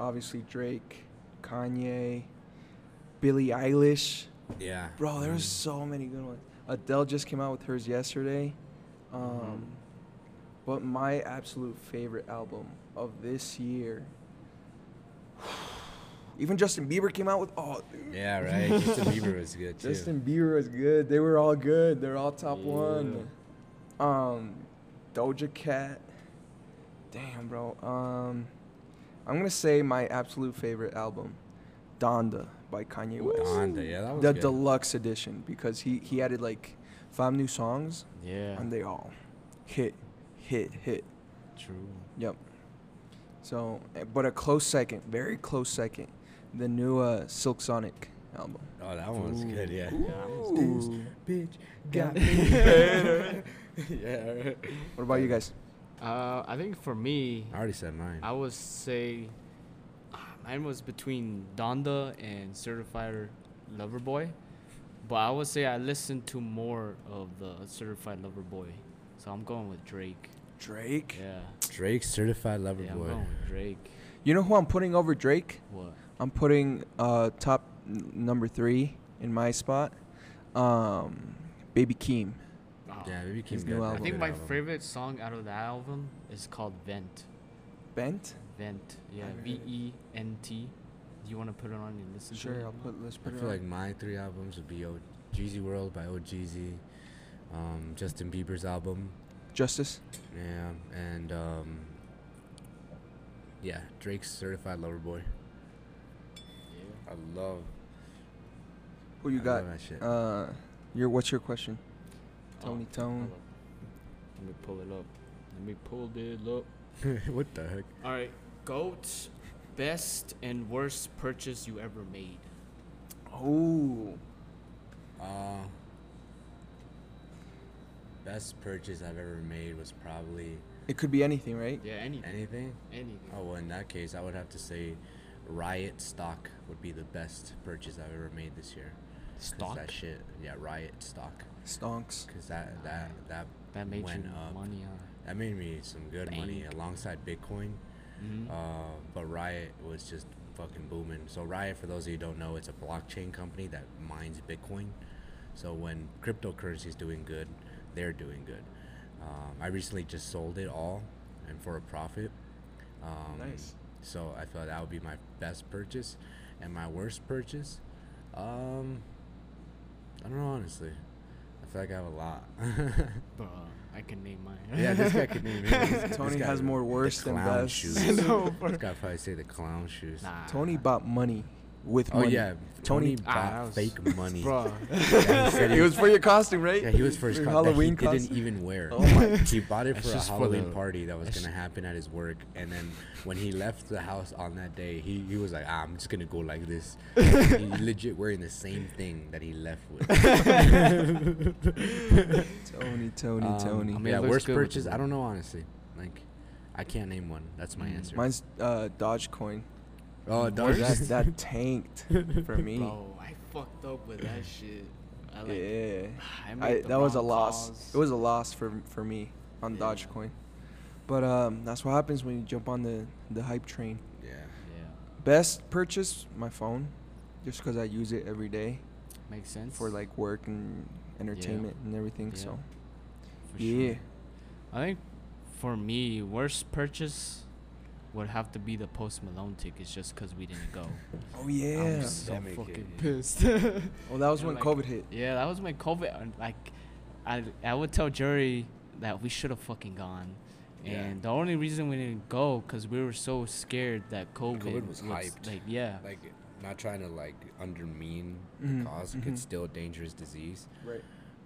B: obviously Drake, Kanye, Billie Eilish.
A: Yeah.
B: Bro, there was
A: Mm.
B: so many good ones. Adele just came out with hers yesterday.
A: Mm-hmm.
B: Um, But my absolute favorite album of this year. Even Justin Bieber came out with oh dude,
A: Mm-hmm. Yeah, right. Justin Bieber was good too.
B: Justin Bieber is good. They were all good. They're all top one. Um, Doja Cat. Damn, bro. Um, I'm gonna say my absolute favorite album, Donda by Kanye West.
A: Donda, yeah, that was
B: the
A: good.
B: deluxe edition because he he added like five new songs
C: Yeah.
B: and they all hit, hit, hit.
C: True.
B: Yep. So, eh, but a close second, very close second, the new uh, Silk Sonic album.
A: oh, that one was good. Yeah.
B: Ooh.
A: Bitch,
B: got
A: me
B: better.
A: yeah. Right.
B: What about you guys?
C: Uh, I think for me,
A: I already said mine.
C: I would say ah, mine was between Donda and Certified Lover Boy, but I would say I listened to more of the Certified Lover Boy, so I'm going with Drake.
B: Drake.
C: Yeah,
A: Drake certified lover
C: yeah, I'm
A: boy.
C: going with Drake.
B: You know who I'm putting over Drake?
C: What?
B: I'm putting uh, top n- number three in my spot. Um, Baby Keem.
C: Ah,
A: Yeah, maybe
B: His
A: Kim's
B: new
A: got
B: album.
C: I
A: that
C: think
A: good
C: my
A: album.
C: favorite song out of that album is called Vent.
B: Bent.
C: Vent. Yeah,
B: haven't heard
C: V
B: it.
C: E N T. Do you want to put it on and listen to
B: Sure,
C: it?
B: I'll put. Let's
A: I
B: put it
A: feel
B: on.
A: like my three albums would be o- Jeezy World by OGZ, um, Justin Bieber's album,
B: Justice.
A: yeah, and um, yeah, Drake's certified lover boy.
C: Yeah.
A: I love.
B: Who you
A: I
B: got?
A: love that shit.
B: Uh, your what's your question?
C: Oh,
B: Tony
C: hold
B: Tone.
C: up. Let me pull it up. Let me pull it up.
A: what the heck?
C: All right, goat. Best and worst purchase you ever made.
B: Oh,
A: Uh, best purchase I've ever made was probably
B: it could be anything, right?
C: Yeah, anything.
A: anything.
C: Anything.
A: Oh, well, in that case, I would have to say Riot stock would be the best purchase I've ever made this year. 'Cause
C: Stock.
A: That shit. Yeah, Riot stock.
B: Stonks.
A: Cause that that that
C: That made
A: went
C: you
A: up.
C: money, uh, huh?
A: That made me some good money
C: Bank.
A: alongside Bitcoin.
C: Mhm.
A: Uh, but Riot was just fucking booming. So Riot, for those of you who don't know, it's a blockchain company that mines Bitcoin. So when cryptocurrency is doing good, they're doing good. Um, I recently just sold it all, and for a profit. Um,
B: Nice.
A: So I thought that would be my best purchase, and my worst purchase. Um, I don't know honestly. I feel like I have a lot.
C: Bruh, I can name mine.
A: yeah, this guy could name it.
B: Tony
A: This guy-
B: has more
A: the
B: worse than
A: clown
B: best.
A: Shoes.
C: I know, bro.
A: This guy probably say the clown shoes.
C: Nah.
B: Tony bought money. with
A: Oh
B: money.
A: yeah, Tony
B: Tony-
A: bought
D: Ah, that was-
A: fake money.
D: bro.
A: Yeah, he said
B: it was for your costume, right?
A: Yeah, he was for his
B: Your
A: co- that he
B: Halloween
A: didn't
B: costume.
A: even wear.
B: Oh my-
A: He bought it
C: That's
A: for a
C: just for
A: Halloween
C: the-
A: party that was
C: that's-
A: gonna happen at his work, and then when he left the house on that day, he, he was like, ah, "I'm just gonna go like this." he legit wearing the same thing that he left with.
B: Tony, Tony,
A: Um,
B: Tony.
C: I mean, it
A: yeah,
C: looks
A: worst
C: good with
A: purchase.
C: the
A: I
C: blue.
A: don't know honestly. Like, I can't name one. That's my
C: Mm,
A: answer.
B: Mine's uh, Dogecoin.
A: oh,
B: That,
A: Doge.
B: that tanked for me.
D: Bro, I fucked up with that shit. I like,
B: yeah,
D: I made
B: I,
D: the
B: that was a
D: wrong
B: loss.
D: calls.
B: It was a loss for for me on
D: Yeah.
B: Dogecoin. But um, that's what happens when you jump on the the hype train.
A: yeah.
C: Yeah,
B: Best purchase, my phone, just because I use it every day
C: makes sense.
B: for like work and entertainment and everything.
C: Yeah,
B: So
C: for
B: yeah,
C: sure. I think for me, worst purchase would have to be the Post Malone tickets, just because we didn't go.
B: oh yeah.
C: I'm so
A: Pandemic hit,
C: fucking
A: yeah.
C: pissed.
B: Well, that was
C: And,
B: when
C: like,
B: COVID hit.
C: Yeah, that was my COVID. and, Like, I I would tell Jerry that we should have fucking gone.
A: Yeah.
C: And the only reason we didn't go because we were so scared that COVID,
A: COVID was hyped.
C: Like, yeah,
A: Like, not trying to like undermean
B: Mhm,
C: Mm-hmm.
A: the because
B: mhm.
A: It's still a dangerous disease.
B: Right.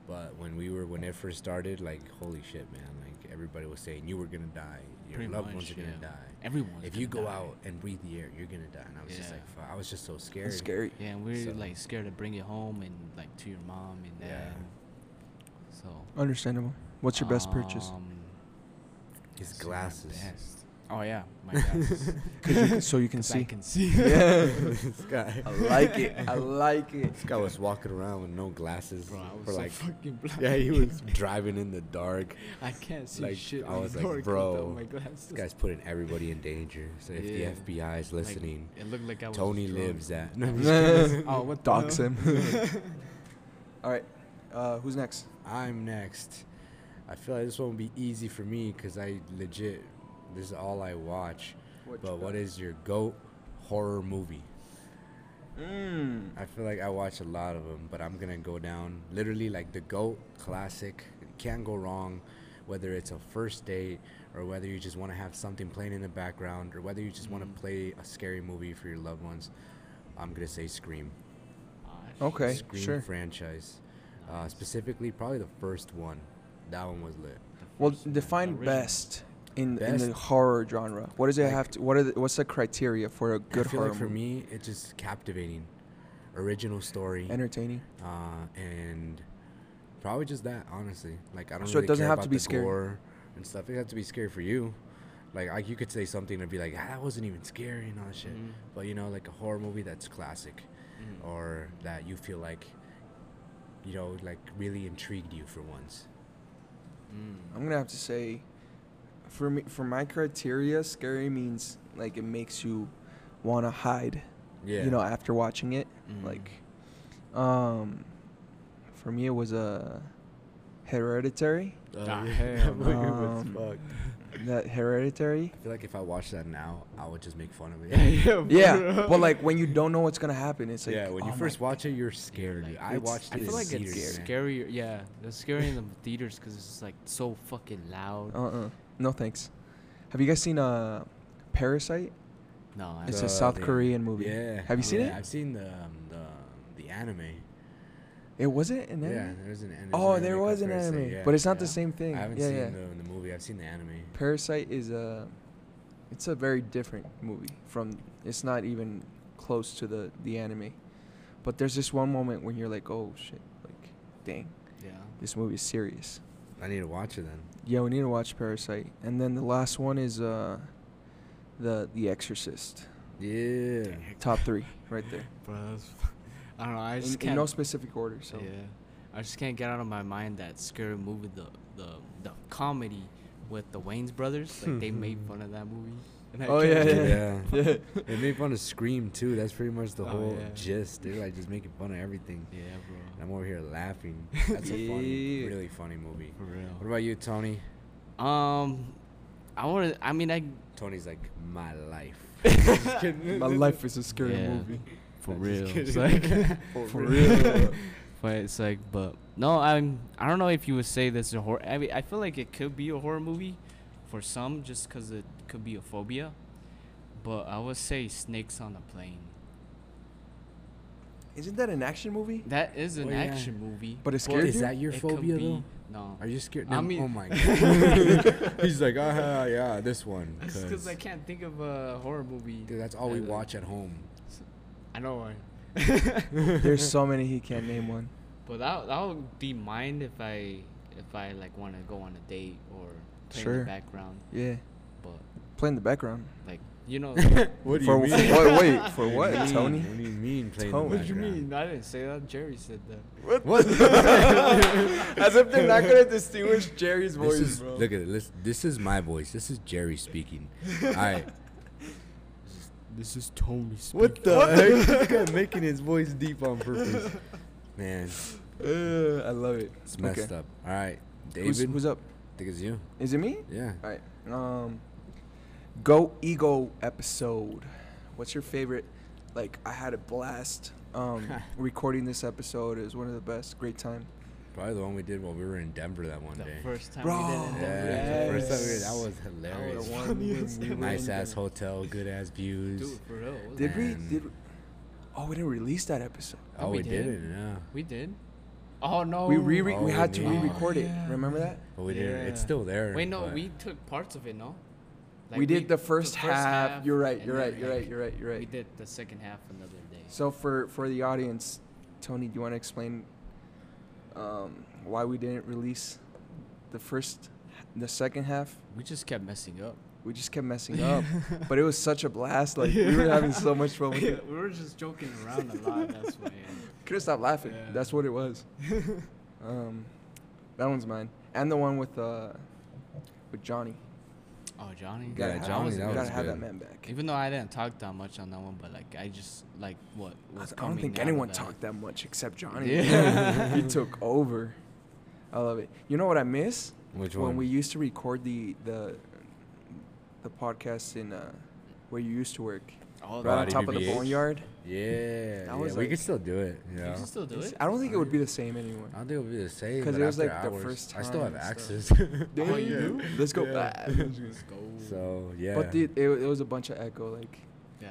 A: But when we were when it first started, like holy shit, man! Like everybody was saying, you were gonna die. Your
C: Pretty
A: loved
C: much,
A: ones are gonna
C: yeah.
A: die.
C: everyone.
A: if you go out and breathe the air, you're gonna die. And I was just
C: Yeah.
A: like, fuck, I was just so scared.
B: That's scary.
C: yeah, and we
A: so-
C: are like scared to bring it home and like to your mom and
A: Yeah.
C: dad. So.
B: Understandable. What's your best purchase?
C: um,
A: His
C: so my
A: glasses.
C: best- Oh yeah, my glasses.
B: 'Cause you can- so you can
C: 'Cause
B: see.
C: I can see.
B: Yeah.
A: this guy.
B: I like it. I like it.
A: This guy was walking around with no glasses
C: Bro, I was
A: for
C: so
A: like.
C: fucking blind.
A: Yeah, he was driving in the dark.
C: I can't see
A: Like,
C: shit.
A: I
C: when
A: was
C: the
A: like,
C: door comes
A: "Bro,
C: out my glasses.
A: This guy's putting everybody in danger. So if
C: Yeah.
A: the FBI is
C: Like,
A: listening,
C: it looked like I was
A: Tony
C: drunk.
A: lives that.
C: oh, what the
B: Dox
C: hell?
B: him. All right. Uh, who's next?
A: I'm next. I feel like this won't be easy for me because I legit, this is all I watch. But what is your goat horror movie?
B: Mm.
A: I feel like I watch a lot of them, but I'm gonna go down literally like the goat classic. Can't go wrong, whether it's a first date or whether you just want to have something playing in the background or whether you just want to play a scary movie for your loved ones. I'm gonna say Scream.
C: Ah, shit.
B: Okay.
A: Scream
B: sure.
A: franchise, uh,
C: Nice.
A: specifically probably the first one. That one was lit.
C: The
B: Well,
C: first one, the
B: define
C: original.
B: best in in the
A: Best?
B: horror genre. What does it
A: Like-
B: have to? What are the, what's the criteria for a good
A: I feel
B: horror?
A: like for
B: movie?
A: me, it's just captivating, original story,
B: entertaining.
A: uh, and probably just that. Honestly, like I don't.
B: So it
A: really
B: doesn't
A: care
B: have to
A: about
B: be
A: the
B: scary.
A: gore and stuff. It doesn't have to be scary for you. Like I, you could say something and be like, ah, that wasn't even scary and all that shit.
B: Mm-hmm.
C: Mhm.
A: But you know, like a horror movie that's classic,
C: Mm.
A: or that you feel like, you know, like really intrigued you for once.
C: Mm.
B: I'm gonna have to say, for me, for my criteria, scary means like it makes you want to hide.
A: Yeah.
B: You know, after watching it,
C: Mm.
B: like, um, for me it was a hereditary.
A: Oh,
C: Ah,
A: yeah,
C: hell
A: that movie was
B: Um,
A: fucked.
B: That hereditary.
A: I feel like if I watch that now, I would just make fun of it.
B: Yeah, but like when you don't know what's gonna happen, it's like
A: yeah, when
B: oh
A: you
B: my
A: first watch it, you're scared.
C: like,
A: I
B: it's-
A: watched
C: I
A: it.
C: feel
A: in
C: like it's
A: theaters, man.
C: scarier. Yeah, it's scary in the theaters because it's just, like so fucking loud.
B: Uh uh No thanks. Have you guys seen uh Parasite?
C: no, I
B: It's
A: Uh,
B: a South
A: yeah.
B: Korean movie.
A: Yeah.
B: Have you seen
A: yeah,
B: it?
A: I've seen the um, the the anime.
B: It wasn't an
A: Yeah,
B: anime.
A: there was an anime.
B: oh, there was an anime, but it's not the
C: Yeah.
B: same thing.
A: I haven't
B: yeah,
A: seen
B: yeah.
A: The, the movie. I've seen the anime.
B: Parasite is a. It's a very different movie from. It's not even close to the the anime, but there's this one moment when you're like, oh shit, like, dang,
C: yeah.
B: this movie is serious.
A: I need to watch it then.
B: Yeah, we need to watch Parasite, and then the last one is uh, the The Exorcist.
A: Yeah.
B: Top three, right there.
C: Bro, that's, I don't know. I
B: In,
C: just
B: in
C: can't.
B: no specific order. So.
C: Yeah, I just can't get out of my mind that scary movie, the the the comedy with the Wayne's brothers. Like they made fun of that movie. And I
B: Oh,
C: can't
B: yeah,
C: get-
A: yeah.
B: yeah.
A: They made fun of Scream too. That's pretty much the
C: Oh,
A: whole
C: yeah.
A: gist. They're like just making fun of everything.
C: yeah,
A: And
C: bro.
A: I'm over here laughing. That's a funny,
B: Yeah.
A: really funny movie.
C: For
A: What
C: real.
A: about you, Tony?
C: Um, I want to. I mean, I
A: Tony's like my life.
B: My life is a scary
C: Yeah.
B: movie.
C: for
A: I'm
C: real.
A: just
C: It's
A: kidding.
C: like,
B: For
C: For
B: real.
C: real. but it's like, but no, I'm. I don't know if you would say this is a horror. I mean, I feel like it could be a horror movie, for some, just because it could be a phobia. But I would say snakes on a plane.
B: Isn't that an action movie?
E: That is an
A: Oh, yeah.
E: action movie.
B: But it
A: Well,
B: scared
A: is
B: you?
A: that your
E: It could
A: phobia
E: be-
A: though?
E: No.
A: Are you scared?
E: I
A: No,
E: mean-
A: oh my god. He's like, ah, yeah, this one.
C: That's because I can't think of a horror movie.
A: Dude, that's all we
C: that-
A: watch at home.
C: I know one.
B: There's so many he can't name one.
C: But that that would be mine if I if I like want to go on a date or play in
B: Sure.
C: the background.
B: Yeah.
C: But
B: Play in the background.
C: like you know,
A: What
B: for what? Wait, for what,
A: do you mean?
B: Tony?
A: What do you mean playing
B: Tony.
A: the
C: what do you
A: background?
C: mean? I didn't say that. Jerry said that.
A: What?
B: As if they're not gonna distinguish Jerry's
A: This is, look at it. Listen, this is my voice. This is Jerry speaking. All right.
C: This is Tony.
A: What the heck? This guy making his voice deep on purpose. Man,
B: Uh, I love it.
A: it's messed
B: Okay.
A: up. All right, David.
B: Who's, who's up?
A: I think it's you.
B: Is it me?
A: Yeah.
B: All right. Um, Go Ego episode. What's your favorite? Like, I had a blast um, recording this episode. It was one of the best. Great time.
A: Probably the one we did while we were in Denver that one
C: The
A: day.
C: first time
B: Bro.
C: we did it. in
A: yeah,
C: Denver.
A: the first time we did
B: Yes.
A: that was hilarious.
B: The one
C: Yes.
B: when we were
A: nice
B: in
A: ass
B: there.
A: hotel, good ass views.
C: Dude, for real. what was
B: Did we?
A: Man.
B: Did we, Oh, we didn't release that episode.
A: oh,
C: No,
A: we,
C: we
A: did.
C: did.
A: it, yeah.
C: We did. Oh no.
B: we re, re-
A: Oh,
B: we had to
A: yeah.
B: re-record
C: Yeah.
B: it. Remember that?
A: But we did it. It's
C: Yeah.
A: still there.
C: Wait, no,
A: but-
C: we took parts of it, no?
B: we did the first, half. You're right.
C: and
B: You're
C: then
B: right.
C: we-
B: You're right. You're right. You're right.
C: We did the second half another day.
B: So for for the audience, Tony, do you want to explain um, why we didn't release the first, the second half?
C: We just kept messing up.
B: We just kept messing up, but it was such a blast. Like we were having so much fun. With
C: we
B: it.
C: were just joking around a lot. That's why.
B: Couldn't stop laughing.
C: Yeah.
B: That's what it was. um, that one's mine, and the one with uh, with Johnny.
C: Oh, Johnny.
A: Yeah,
B: Gotta have-
A: Johnny,
B: gotta
A: that was
B: have that
A: good.
B: man back.
C: Even though I didn't talk that much on that one, but like I just like what
B: I
C: was
B: th- I
C: coming.
B: don't think
C: out of
B: anyone
C: that.
B: talked that much except Johnny.
C: Yeah.
B: he took over. I love it. You know what I miss?
A: Which
B: when
A: one?
B: we used to record the the the podcast in uh, where you used to work,
C: Oh,
B: right on
A: Body
B: top of the
A: BBH.
B: boneyard.
A: yeah, yeah.
B: was
A: we
B: like-
A: could still do it. You
C: You
A: know?
C: can still do
B: It's-
C: it.
B: I don't think it would be the same anymore.
A: I don't think it'll be the same.
B: 'Cause
A: Because
B: it was, like, the
A: hours,
B: first
A: I still have
B: time and
A: access.
B: stuff.
C: Oh, you do?
B: Let's go Ah.
A: Yeah.
B: back.
C: Let's go.
A: So yeah.
B: But dude, it, wa- it was a bunch of echo. Like,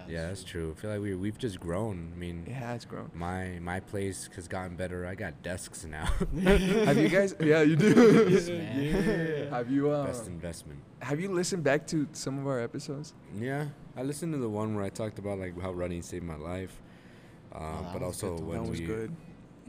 A: yeah, that's true. I feel like we we've just grown. I mean,
B: it has grown.
A: my my place has gotten better. I got desks now.
B: have you guys? Yeah, you
C: Yes,
B: do.
C: man.
B: have you? Uh,
A: Best investment.
B: have you listened back to some of our episodes?
A: Yeah, I listened to the one where I talked about like how running saved my life, um,
C: that
A: but
C: was good
A: also
C: though.
A: when
B: Oh, that was
A: we
B: good.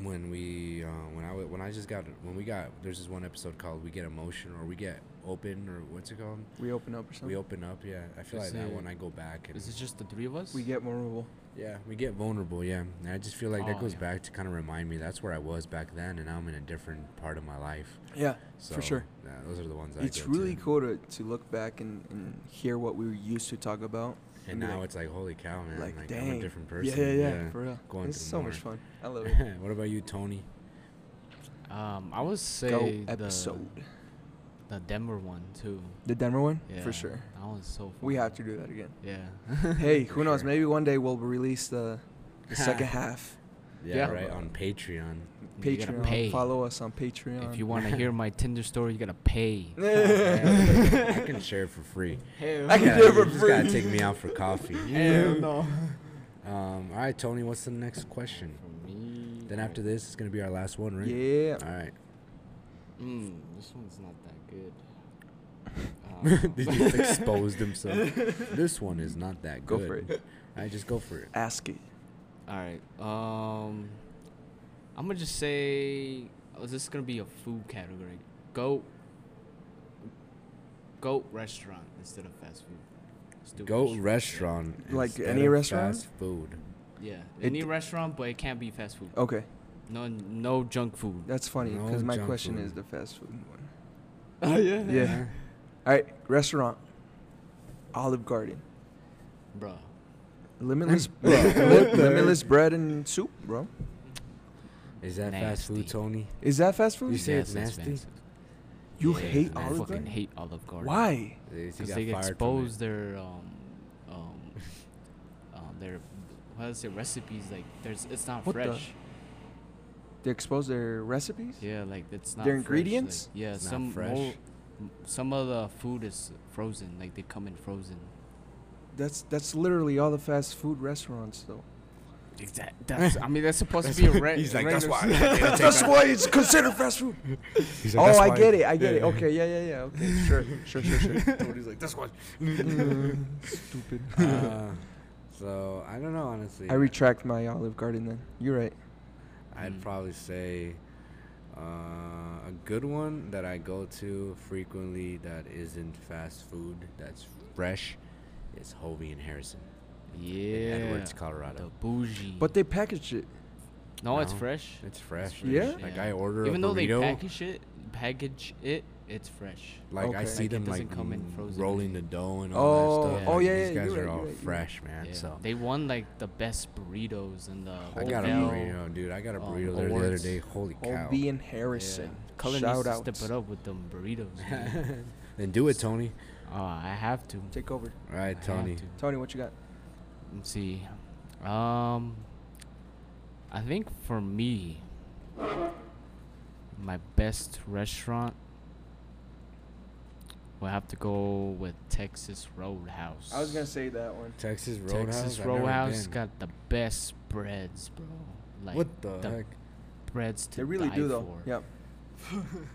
A: when we uh, when I w- when I just got when we got there's this one episode called we get emotion or we get open or what's it called
B: We open up or something.
A: we open up yeah I feel
C: Is
A: like that
C: it-
A: one I go back and
C: Is it just the three of us?
B: we get vulnerable.
A: yeah we get vulnerable yeah and I just feel like that
C: Oh,
A: goes
C: yeah.
A: back to kind of remind me that's where I was back then and now I'm in a different part of my life
B: Yeah.
A: so
B: For sure.
A: yeah, those are the ones I
B: It's
A: go
B: really
A: to.
B: cool to, to look back and, and hear what we were used to talk about.
A: and
B: be
A: now
B: like-
A: it's like holy cow man like,
B: like,
A: I'm a
B: dang.
A: different person
B: yeah, yeah, yeah, for real.
A: Going
B: it's
A: through
B: so
A: more.
B: much fun. I love it.
A: what about you Tony
C: Um, I would say
B: Go
C: the-
B: episode.
C: the Denver one too.
B: The Denver one?
C: Yeah,
B: For sure.
C: That one's so. Fun.
B: We have to do that again.
C: Yeah.
B: hey,
A: For
B: who knows?
A: sure.
B: Maybe one day we'll release the, the second half.
A: yeah,
C: Yeah.
A: right on Patreon
C: You gotta
B: Patreon.
C: pay.
B: Follow us on Patreon.
C: If you want to hear my Tinder story, you gotta pay.
A: Yeah, I can share it for free
C: Hell,
B: I can
A: Yeah,
B: do it
A: you
B: for
A: just gotta
B: free.
A: take me out for coffee
C: no.
A: Um, all right, Tony, what's the next question? Then after this, it's going to be our last one, right?
B: Yeah.
A: All right.
C: Mm, this one's not that Um, good.
A: he just exposed himself. this one is not that
B: Go
A: good.
B: for it.
A: All right, just go for it.
B: Ask it.
C: All right. Um, I'm gonna just say, oh, this is gonna be a food category. Goat. Goat restaurant instead of fast food. Stupid
A: Goat
C: shit.
A: restaurant.
B: Like
A: instead
B: any
A: of
B: restaurant?
A: Fast food.
C: Yeah,
B: It
C: any
B: d-
C: restaurant, but it can't be fast food.
B: Okay.
C: No, no junk food.
B: That's funny
A: No
B: because my
A: junk
B: question
A: food.
B: is the fast food one.
C: Oh yeah.
B: Yeah. All right. Restaurant Olive Garden.
C: Bro.
B: Limitless,
A: Bro, what the heck?
B: limitless bread and soup, bro.
A: Is that fast food,
C: Nasty.
A: Tony?
B: Is that fast food?
A: You say it's
C: that's
A: nasty?
C: expensive.
B: You
C: Yeah,
B: hate
C: I
B: Olive
C: fucking
B: Garden?
C: hate Olive Garden.
B: Why?
C: Because they get exposed their um, um, um their how does it recipes like there's it's not
B: What the-
C: fresh.
B: They expose their recipes?
C: Yeah, like it's not.
B: Their
C: fresh, like,
B: ingredients?
C: yeah,
A: It's not
C: some
A: fresh.
C: More, m- some of the food is frozen. Like they come in frozen.
B: That's that's literally all the fast food restaurants though.
C: Exactly. That's. I mean, that's supposed to be a red.
F: He's like, that's why.
B: That's why it's considered fast food.
F: He's
B: Oh,
F: like, "That's
B: I
F: why."
B: get it. I get
F: Yeah.
B: it. Okay, yeah, yeah, yeah. Okay, sure, sure, sure, sure.
F: He's like, that's why.
B: Mm, Stupid.
A: Uh, so I don't know honestly.
B: I retract my Olive Garden then. You're right.
A: I'd
C: Mm.
A: probably say uh, a good one that I go to frequently that isn't fast food that's fresh is Hovey and Harrison
C: Yeah.
A: in Edwards,
C: The
A: Colorado.
C: bougie.
B: But they packaged it.
C: no, it's
A: No.
C: fresh.
A: It's fresh.
B: Yeah?
A: Like
C: Yeah.
A: I order
C: Even
A: a
C: though they
A: burrito.
C: package it, package it, it's fresh.
A: like I
B: Okay.
A: see
C: Like, it
A: them
C: doesn't
A: like
C: come in
A: mm,
C: frozen or
A: rolling the
C: anything.
A: dough and all
B: Oh,
A: that stuff.
C: oh,
A: Like,
B: yeah,
A: These
B: yeah,
A: guys
B: you're
A: are
B: right,
A: all
B: you're right, you're
A: fresh, man.
C: Yeah.
A: So
C: They won like the best burritos in the
A: I
C: whole
A: got a
C: Bell.
A: burrito, dude. I got a
C: um,
A: burrito there the other
C: awards.
A: day. Holy cow!
B: Hobie and Harrison.
C: Cullen
B: Shout
C: needs
B: out.
C: to step it up with them burritos. man.
A: Then do it, Tony.
C: oh, I have to.
B: Take over.
A: All
C: I
A: right,
C: have
A: Tony.
C: to.
B: Tony, what you got?
C: Let's see. Um, I think for me, my best restaurant will have to go with Texas Roadhouse.
B: I was gonna say that one.
A: Texas Roadhouse.
C: Texas
A: I've never
C: Roadhouse
A: been.
C: got the best breads, bro. Like
A: what the, heck?
C: breads to
B: They really
C: die
B: do though.
C: for.
B: Yep.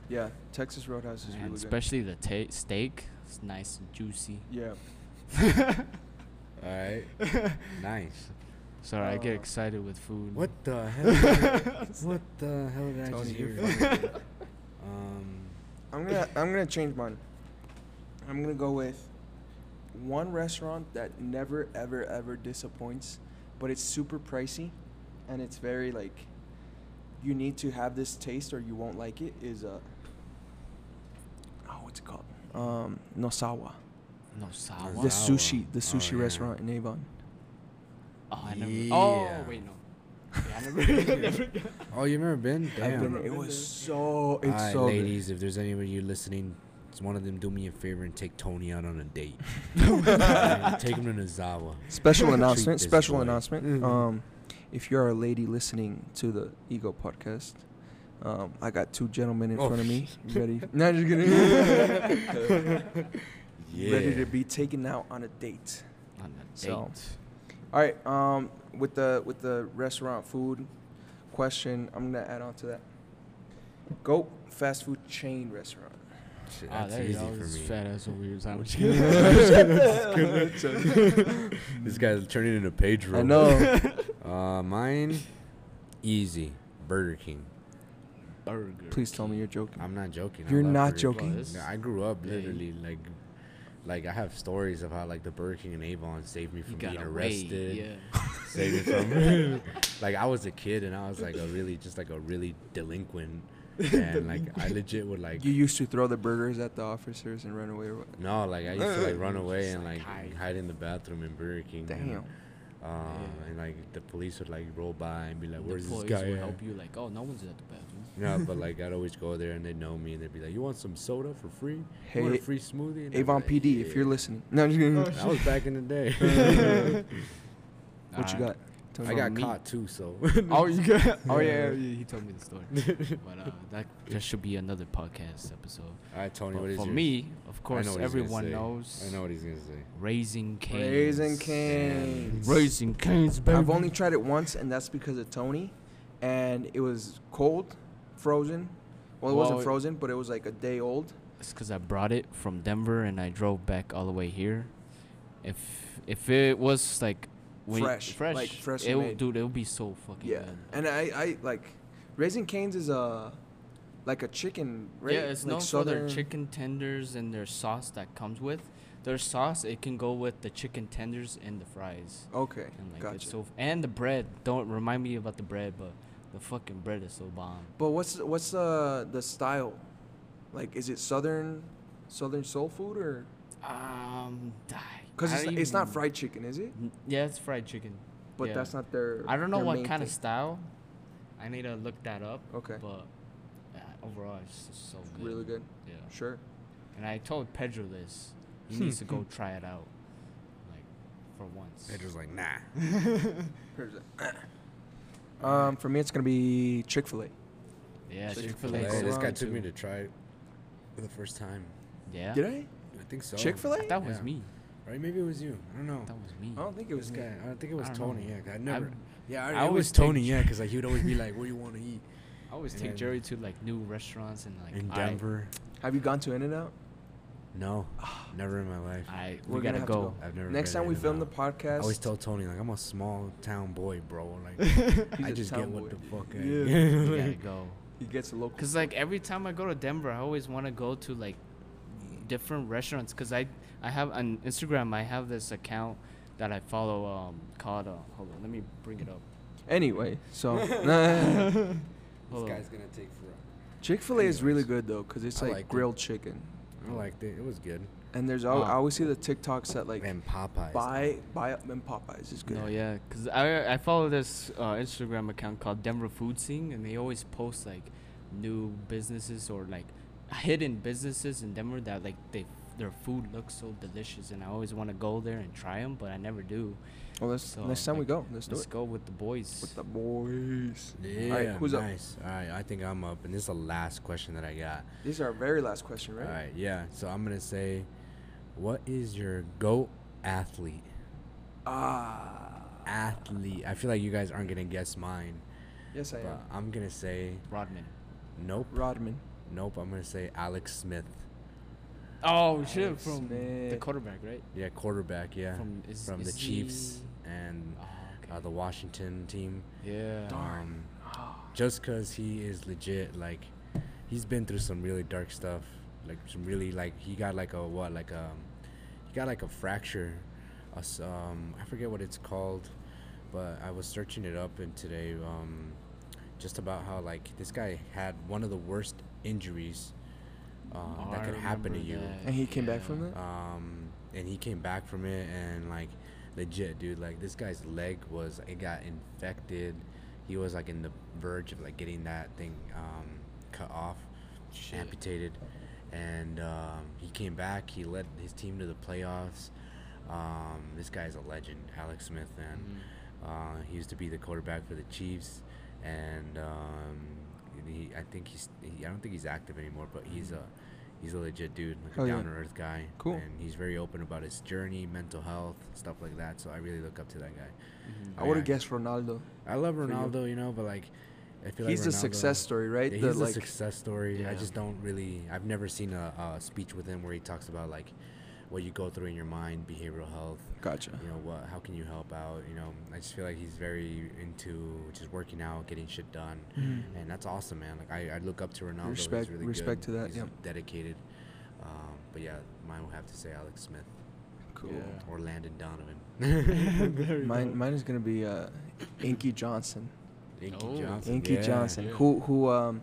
B: yeah, Texas Roadhouse is
C: And
B: really good.
C: especially the ta- steak, it's nice and juicy.
B: Yeah.
A: All right. nice.
C: Sorry, I get
B: Uh,
C: excited with food.
A: What the hell? what the hell did I
B: Tony,
A: just
B: you're
A: hear? um,
B: I'm gonna I'm gonna change mine. I'm gonna go with one restaurant that never ever ever disappoints, but it's super pricey, and it's very like you need to have this taste or you won't like it. Is uh oh what's it called? Um, Nosawa,
C: No
A: The
C: sour.
B: the
A: Nosawa.
B: sushi the
A: Oh,
B: sushi
A: yeah.
B: restaurant in Avon.
C: Oh, I never.
A: Yeah.
C: Oh, wait, no. Yeah, I never. never
A: oh, you never been?
B: I've
A: Damn.
B: been- it was so it's
A: Alright,
B: so good.
A: ladies, if there's anybody you listening, it's one of them. Do me a favor and take Tony out on a date. And take him to Nazawa.
B: Special
A: Treat
B: announcement.
A: this
B: Special
A: boy.
B: announcement. Um, if you're a lady listening to the Ego podcast, um, I got two gentlemen in
A: Oh,
B: front of me, ready. no, just kidding.
A: Yeah.
B: Ready to be taken out on a date.
C: On a date.
A: uh,
B: So-
C: Oh,
B: All right. Um, with the with the restaurant food question, I'm gonna add on to that. Go fast food chain restaurant.
A: Shit,
C: Ah,
A: that's
C: there you
A: easy
C: go.
A: for
C: This
A: me.
C: fat ass over here. is how much-
A: This guy's turning into Pedro.
B: I know.
A: Uh, mine, easy. Burger King.
C: Burger.
B: Please tell me you're joking.
A: I'm not joking. I
B: You're
A: love
B: not
A: Burger King.
B: joking?
C: Well, this-
A: No, I grew up
C: Yeah, you-
A: literally like, like I have stories of how like the Burger King in Avon saved me
C: You
A: from
C: got
A: being
C: arrested.
A: arrested.
C: yeah.
A: Saved me from like I was a kid and I was like a really just like a really delinquent and like I legit would like
B: You used to throw the burgers at the officers and run away. or what?
A: no like I used to like run away
C: Just,
A: and
C: like,
A: like
C: hide.
A: hide in the bathroom in Burger King.
B: Damn.
A: Uh, And like the police would like roll by and be like, "Where's
C: the
A: this
C: boys
A: guy?"
C: will
A: at?"
C: help you. Like, oh, no one's at the bathroom.
A: No, but like I'd always go there and they'd know me and they'd be like, "You want some soda for free? You want
B: Hey,
A: a free smoothie?" And I'd be
B: Avon
A: like,
B: PD, if you're
A: "Yeah."
B: listening. No, I'm just kidding.
C: Oh,
A: That was back in the day.
B: What you got?
C: Alright.
B: Tell
A: I
B: me.
A: got
C: me.
A: caught too, so
C: Oh, you got. Oh yeah, yeah, he told me the story. but uh, that that should be another podcast episode.
A: All right, Tony,
C: But
A: what is
C: for
A: yours?
C: me, of
A: I
C: course,
A: know what he's gonna
C: everyone
A: say.
C: knows.
A: I know what he's gonna say.
C: Raising Canes.
B: Raising Canes.
C: Raising Canes, baby.
B: I've only tried it once, and that's because of Tony. And it was cold, frozen. Well, it wasn't
C: Well,
B: frozen, but it was like a day old.
C: It's because I brought it from Denver and I drove back all the way here. If if it was like when-
B: Fresh,
C: fresh,
B: like freshly
C: it
B: made.
C: dude, it would be so fucking
B: Yeah.
C: good.
B: And I, I like, Raising Cane's is a, like a chicken, right?
C: Yeah, it's
B: like
C: known for their chicken tenders and their sauce that comes with. Their sauce, it can go with the chicken tenders and the fries.
B: Okay,
C: And like
B: gotcha.
C: it's so and the bread. Don't remind me about the bread, but the fucking bread is so bomb.
B: but what's what's uh, the style? Like, is it southern, southern soul food or?
C: Um,
B: Because
C: I
B: it's,
C: don't
B: it's not
C: even-
B: fried chicken, is it?
C: N- Yeah, it's fried chicken.
B: But
C: Yeah.
B: that's not their.
C: I don't know
B: their
C: what
B: main
C: kind of
B: thing.
C: style. I need to look that up.
B: Okay.
C: But oh, uh, overall, it's just so good.
B: Really good.
C: Yeah.
B: Sure.
C: And I told Pedro this. He
A: Hmm.
C: needs to go try it out, like, for once.
A: Pedro's like, nah.
B: Here's it. Um, for me, it's gonna be Chick Fil A.
C: Yeah,
B: Chick-fil-A
C: Chick
A: Like,
C: Fil A.
B: Chick-fil-A.
A: this guy
B: Colorado
A: took me to
B: too.
A: try it for the first time.
C: Yeah.
B: Did I?
A: I think so.
B: Chick Fil
C: That
B: A?
C: was
A: Yeah.
C: me.
A: Right? Maybe it was you. I don't know.
C: That was me.
B: I don't think it was
A: this
B: me.
A: guy. I think it was
C: I don't
A: Tony.
C: know.
A: Yeah, 'cause I never.
C: I'm-
A: yeah,
C: I
A: I, it
C: always
A: was
C: take
A: Tony.
C: Ch-
A: Yeah, because like he would always be like, "What do you want to eat?"
C: I always
A: And
C: take
A: then-
C: Jerry to like new restaurants and like
A: In
C: I-
A: Denver.
B: Have you gone to In and Out?
A: No, never in my life.
C: I, we
B: We're gonna
C: gotta
B: have to
C: go.
A: I've never.
B: Next
A: been
B: time we
A: in and
B: film the
A: out. I
B: podcast,
A: always tell Tony like I'm a small town boy, bro. Like I
B: a
A: just get
B: town
A: what
B: boy.
A: the fuck. I-
B: Yeah.
C: we gotta go.
B: he gets a local.
C: Cause like every time I go to Denver, I always want to go to like different restaurants. Cause I I have on Instagram I have this account that I follow um called uh, hold on let me bring it up.
B: Anyway, so
A: This
C: Hold on.
A: guy's gonna take forever.
B: Chick Fil A is really
A: Anyways.
B: good though, cause it's
A: I
B: like
A: liked it.
B: grilled chicken,
A: I liked it. It was good.
B: and there's al- I
C: Oh.
B: always see the TikToks that like
A: and Popeyes.
B: buy buy up and Popeyes is good.
C: No, yeah, cause I I follow this uh, Instagram account called Denver Food Scene, and they always post like new businesses or like hidden businesses in Denver that like they their food looks so delicious, and I always want to go there and try them, but I never do.
B: Well, let's,
C: So,
B: next time we
C: like,
B: go, let's do
C: Let's
B: it
C: go with the boys.
B: with the boys.
A: Yeah,
B: Alright, who's up?
A: nice. All right, I think I'm up, and this is the last question that I got.
B: This is our very last question, right?
A: All right, yeah. So I'm gonna say, what is your goat athlete?
B: Ah,
A: Athlete. I feel like you guys aren't gonna guess mine,
B: yes I am.
A: but I'm gonna say
C: Rodman.
A: nope,
B: Rodman.
A: nope. I'm gonna say Alex Smith.
C: Oh shit!
B: Alex
C: From the
B: Smith.
C: quarterback, right?
A: Yeah, quarterback. Yeah, from,
C: From is,
A: the
C: is
A: Chiefs
C: he-
A: and
C: Oh, okay.
A: uh, the Washington team.
C: yeah.
A: Um, just because he is legit, like he's been through some really dark stuff, like some really like he got like a what like um he got like a fracture, a s um I forget what it's called, but I was searching it up and today um just about how like this guy had one of the worst injuries uh,
C: Oh,
A: that
C: I
A: could happen to
C: remember
A: you.
C: that,
B: And he came back
C: yeah.
B: from it.
A: Um, and he came back from it and like legit, dude. Like this guy's leg was it got infected. He was like in the verge of like getting that thing um, cut off, amputated, and um, he came back. He led his team to the playoffs. Um, this guy's a legend, Alex Smith, man.
C: Mm-hmm.
A: Uh, he used to be the quarterback for the Chiefs, and um, and he, I think he's. He, I don't think he's active anymore, but he's a he's a legit dude, like
B: Hell
A: a
B: yeah.
A: down to earth guy.
B: Cool.
A: And he's very open about his journey, mental health, stuff like that. So I really look up to that guy.
C: Mhm.
B: I would
A: Ah, yeah.
B: have guessed Ronaldo.
A: I love
B: you.
A: Ronaldo, you. know, but like, I feel
B: He's
A: like
B: the
A: Ronaldo-
B: success story, right?
A: Yeah,
B: the
A: he's a
B: like
A: success story. I
C: Yeah.
A: just don't really. I've never seen a, a speech with him where he talks about like what you go through in your mind, behavioral health,
B: gotcha.
A: you know what how can you help out you know i just feel like he's very into just working out getting shit done
C: Mm-hmm.
A: and that's awesome man like i, I look up to ronaldo
B: Respect-
A: he's really
B: respect
A: good.
B: to that,
A: he's
B: yep.
A: dedicated um, but yeah mine will have to say alex smith
B: Cool.
C: Yeah.
A: or landon donovan
B: Mine, mine is gonna be uh, Inky Johnson.
A: inky
C: Oh.
A: johnson
B: Inky
A: yeah.
B: Johnson, who who um,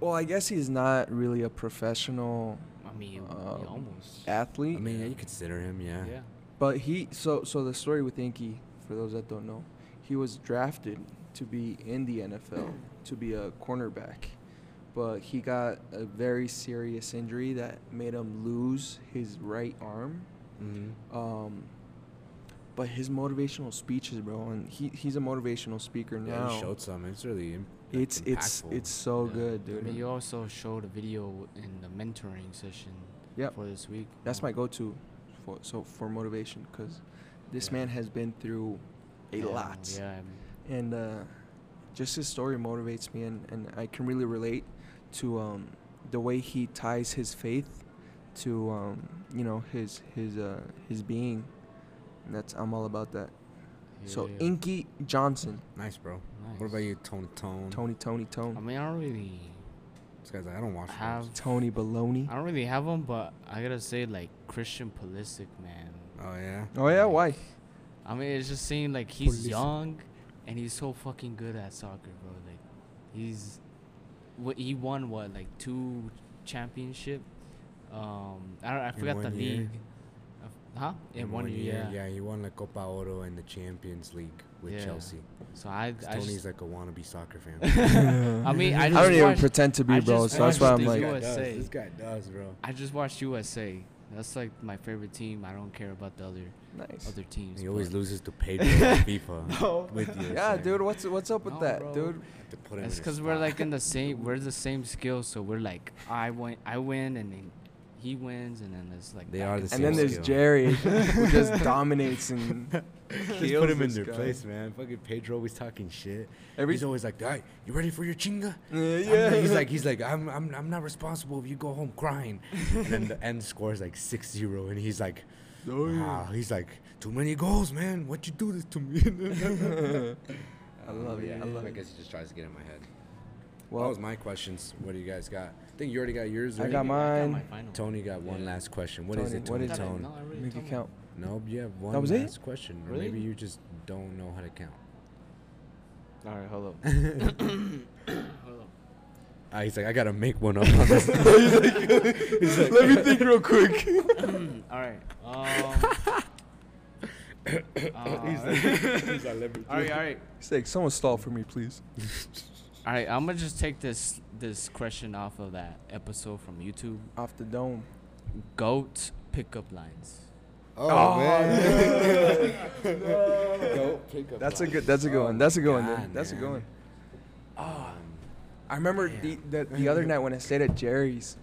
B: well, I guess he's not really a professional
C: I mean, you- you
B: Um,
C: almost.
A: i
B: athlete,
A: mean yeah, you consider him yeah,
C: yeah.
B: but he so so the story with Inky, for those that don't know, he was drafted to be in the NFL to be a cornerback, but he got a very serious injury that made him lose his right arm.
A: Mm-hmm.
B: Um, but his motivational speeches, bro, and he, he's a motivational speaker
A: yeah
B: now.
A: he showed some it's really im- like,
B: it's it's
A: impactful.
B: it's so
C: Yeah.
B: Oh, good,
C: I
B: dude.
C: mean, you also showed a video in the mentoring session
B: Yep.
C: for this week.
B: That's
C: Oh,
B: my go-to, for so for motivation, because this
C: Yeah.
B: man has been through a
C: yeah,
B: lot,
C: Yeah. I'm-
B: and uh, just his story motivates me, and, and I can really relate to um, the way he ties his faith to um, you know his his uh, his being. And that's I'm all about that. So
C: yeah.
B: Inky Johnson,
A: nice bro what
C: Nice.
A: about you tone tone
B: Tony, Tony, Tony,
C: I mean, I don't really
A: this guy's like i don't watch those.
C: have.
B: Tony Baloney.
C: I don't really have them, but I gotta say, like Christian Pulisic, man.
A: oh yeah
B: Oh yeah,
C: like,
B: why?
C: I mean, it's just saying like he's
B: Pulisic.
C: young, and he's so fucking good at soccer, bro. Like, he's what he won what like two championship. Um, I don't. I
A: In
C: forgot the
A: one year.
C: league. Uh, Huh? In, one, year, yeah.
A: yeah, he won la Copa Oro and the Champions League with
C: Yeah.
A: Chelsea.
C: So I,
A: 'Cause
C: I just-
A: Tony's like a wannabe soccer fan.
C: I mean, I
B: I
C: just
B: don't even
C: watched,
B: pretend to be,
C: I
B: bro.
C: just
B: So that's
C: watched
B: why I'm
C: the
B: like,
C: US USA.
A: this guy does, bro.
C: I just watched USA. That's like my favorite team. I don't care about the other
B: nice.
C: other teams.
A: He always
C: but-
A: loses to Pedro on FIFA with USA.
B: Yeah, dude, what's what's up with
C: No,
B: that,
C: bro.
B: dude?
A: Have to put him
C: It's
A: in a
C: because we're
A: spot.
C: like in the same. We're the same skill, so we're like I win. I win, and then he wins, and then there's like
A: They
C: back
A: are
C: and
A: the
C: forth.
B: And then there's
A: skill.
B: Jerry, who just dominates and
A: Just
B: kills
A: put him in
B: this
A: their
B: guy.
A: place, man. Fucking Pedro always talking shit.
B: Every
A: he's always like, "All right, you ready for your chinga?"
B: Uh,
A: I'm
B: yeah.
A: not- He's like, he's like, I'm, I'm, I'm not responsible if you go home crying. and then the end score is like 6-0, and he's like,
B: Oh, yeah.
A: "Wow," he's like, "Too many goals, man. What you do this to me?"
B: I love it. I love
A: I
B: it.
A: guess he just tries to get in my head. that
B: Well,
A: was my questions. What do you guys got? I think you already got yours.
B: I
A: right?
B: got
C: I got
B: mine.
C: my final.
A: Tony got one
C: Yeah.
A: last question. What is
B: Tony,
A: it,
B: what
A: Tony?
B: is it?
A: Tone?
C: No, I already
B: Make it
C: told
B: count.
A: No, you have one
B: was it?
A: last question, or
C: Really?
A: maybe you just don't know how to count.
C: me. All right, hold up. hold up.
A: Ah, he's like, I gotta make one up. On this.
B: Let me think real quick.
C: All right. Um, uh, all right, all right.
B: He's like, someone stall for me, please.
C: All right, I'm gonna just take this this question off of that episode from YouTube.
B: Off the dome.
C: Goat pickup lines.
A: Oh,
B: That's a good. That's a good one. That's a good one.
A: God,
B: Dude. That's a good
A: man. Oh,
B: one. Ah, I remember the, the the other night when I stayed at Jerry's,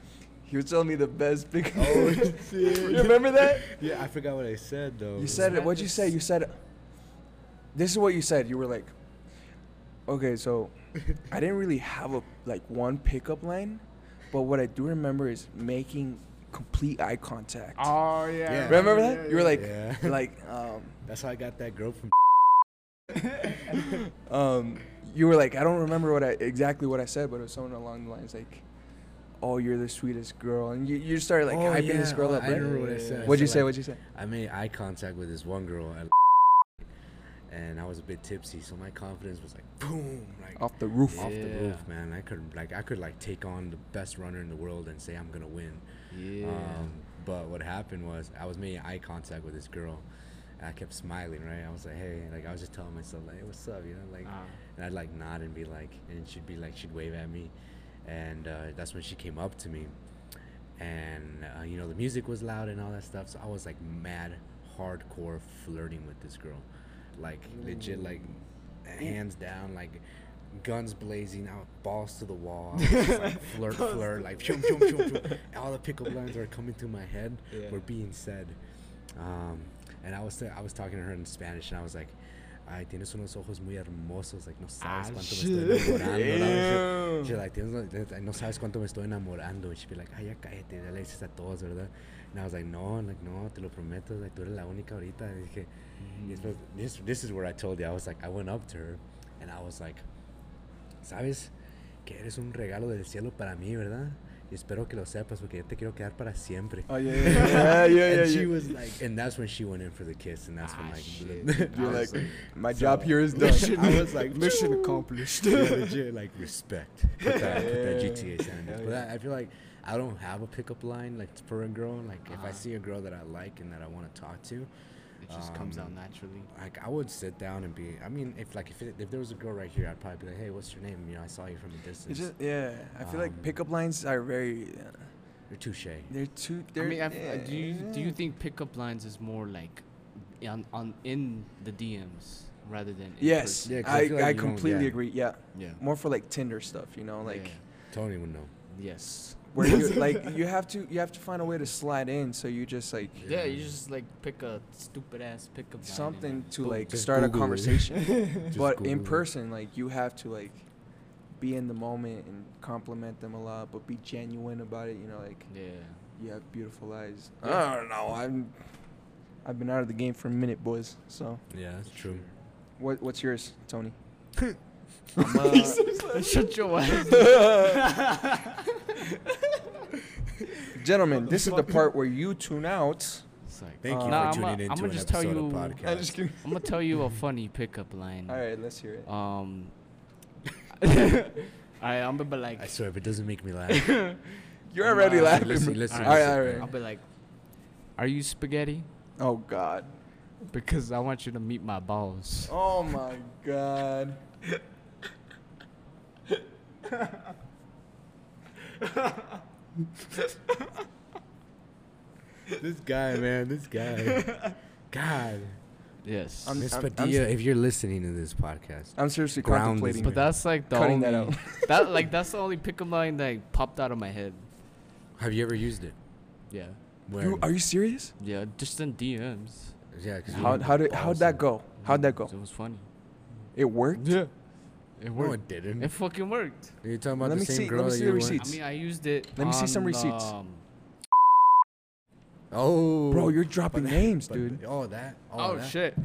B: he was telling me the best pickup.
A: Oh,
B: you remember that?
A: Yeah, I forgot what I said though.
B: You said it.
C: that
B: What'd you say?
C: this-
B: You said. This is what you said. You were like, okay, so I didn't really have a like one pickup line, but what I do remember is making complete eye contact.
A: Ah.
F: Oh yeah.
A: Yeah.
B: remember that? you were like,
A: yeah.
B: like, um,
A: That's how I got that girl from.
B: um, you were like, I don't remember what I exactly what I said, but it was something along the lines like, "Oh, you're the sweetest girl," and you, you started like
A: Oh,
B: hyping this
A: yeah.
B: girl
A: Oh,
B: up.
A: I
B: right?
A: remember what I said. I
B: What'd you
A: said,
B: say?
A: like-
B: What'd you say?
A: I made eye contact with this one girl at and I was a bit tipsy, so my confidence was like boom, like
B: Off the roof.
A: off the roof,
C: Yeah.
A: man. I could like I could like take on the best runner in the world and say I'm gonna win.
C: Yeah.
A: Um, but what happened was I was making eye contact with this girl, and I kept smiling. Right, I was like, hey, like I was just telling myself like, hey, what's up, you know, like,
C: Ah.
A: and I'd like nod and be like, and she'd be like, she'd wave at me, and uh, that's when she came up to me, and uh, you know the music was loud and all that stuff, so I was like mad, hardcore flirting with this girl, like legit, like hands down, like. Guns blazing out, balls to the wall. I was just, like, flirt, flirt, like shoom, shoom, shoom, shoom. all the pickup lines that are coming to my head were being said. Um, and I was I was talking to her in Spanish, and I was like, "Ay, tienes unos ojos muy hermosos, like no sabes cuánto me estoy enamorando." She's like, "Tienes unos- no sabes cuánto me estoy enamorando." And she'd be like, "Ay, ya cállate, ya le dices a todos, ¿verdad?" And I was like, "No, like no, te lo prometo, like tú eres la única ahorita." Y dije,
C: mm,
A: y después- this, this is where I told you. I was like, I went up to her, and I was like, "Sabes que eres un regalo del cielo para mí, ¿verdad?" Y espero que lo sepas porque yo te quiero quedar para siempre
B: Oh yeah, yeah, yeah, yeah, yeah.
A: and
B: yeah. Ah,
A: she was like, and that's when she went in for the kiss, and that's when like,
B: You're
A: I
B: like,
A: was
B: my
A: so-
B: job here is done.
A: I was like,
F: Mission accomplished.
A: yeah, legit, like respect. Put that, put that
B: Yeah.
A: GTA San Andreas. But I, I feel like I don't have a pickup line like for a girl. Like if
B: Uh-huh.
A: I see a girl that I like and that I want to talk to,
C: it just comes out naturally.
A: like I would sit down and be. I mean, if like if, it, if there was a girl right here, I'd probably be like, hey, what's your name? You know, I saw you from a
B: It's
A: distance.
B: just, yeah, I feel
A: Um,
B: like pickup lines are very. Uh,
A: You're touche.
B: they're too.
C: I
B: They're, eh.
C: mean, I've-
B: yeah,
C: do you do you
B: yeah.
C: think pickup lines is more like on, on in the DMs rather than in
B: Yes,
C: person?
A: Yeah, 'cause I
B: I,
A: feel like
B: I
A: you don't-
B: completely
A: yeah.
B: agree. Yeah,
C: Yeah.
B: more for like Tinder stuff, you know, like
C: Yeah.
A: Tony would know.
C: Yes.
B: where you like you have to you have to find a way to slide in, so you just like
C: Yeah. you just like pick a stupid ass pickup line.
B: something to
A: Boom.
B: like
A: Just
B: start
A: Google
B: a
A: it.
B: conversation.
A: Just
B: but
A: Google
B: in
A: it.
B: person, like you have to like be in the moment and compliment them a lot, but be genuine about it. You know, like
C: Yeah.
B: you have beautiful eyes.
C: Yeah.
B: I don't know. I'm I've been out of the game for a minute, boys. So
A: Yeah, that's true.
B: what what's yours, Tony?
C: I'm, uh, shut your ass.
B: Gentlemen, this is the part where you tune out.
C: It's like,
A: Thank you
B: Uh, Nah,
A: for
C: I'ma-
A: tuning in
C: I'ma
A: to an
C: just tell
A: episode of
C: you-
A: podcast.
B: I'm just Oh. kidding.
C: I'm gonna tell you a funny pickup line.
B: All right, let's hear it.
C: Um. I I'm gonna be like,
A: I swear, if it doesn't make me laugh, all
B: You're already
C: Nah,
B: laughing.
A: listen,
B: bro.
A: listen,
B: all right, all
A: listen.
B: right.
C: I'll be like, are you spaghetti?
B: Oh God.
C: Because I want you to meet my balls.
B: Oh my God.
A: this guy, man, this guy, God.
C: Yes.
B: I'm-
A: Miss
B: I'm- I'm
A: Padilla,
B: s-
A: if you're listening to this podcast,
B: I'm seriously
A: Ground is
B: contemplating.
C: but that's like the
B: Cutting
C: only
B: that
C: that, like that's the only pickup line that popped out of my head.
A: have you ever used it?
C: Yeah.
A: When,
B: You, are you serious?
C: Yeah, just send DMs.
A: yeah, 'cause you
B: How,
A: were
B: how did how'd that
A: ballsy.
B: go? How'd that go?
C: It was funny.
B: It worked.
C: Yeah. It
A: No,
C: worked.
A: it didn't.
C: It fucking worked.
A: You're talking about
B: Let
A: the
B: me
A: same
B: see- let
A: girl
B: me
A: that
B: see
A: you
B: the
A: went-
B: receipt.
C: I
B: It's-
C: mean, I used it.
B: Let me see some
C: on,
B: receipts.
C: um,
A: Oh,
B: Bro, you're dropping names,
A: but-
B: dude.
A: Oh, that.
C: oh
A: Oh, that.
C: shit.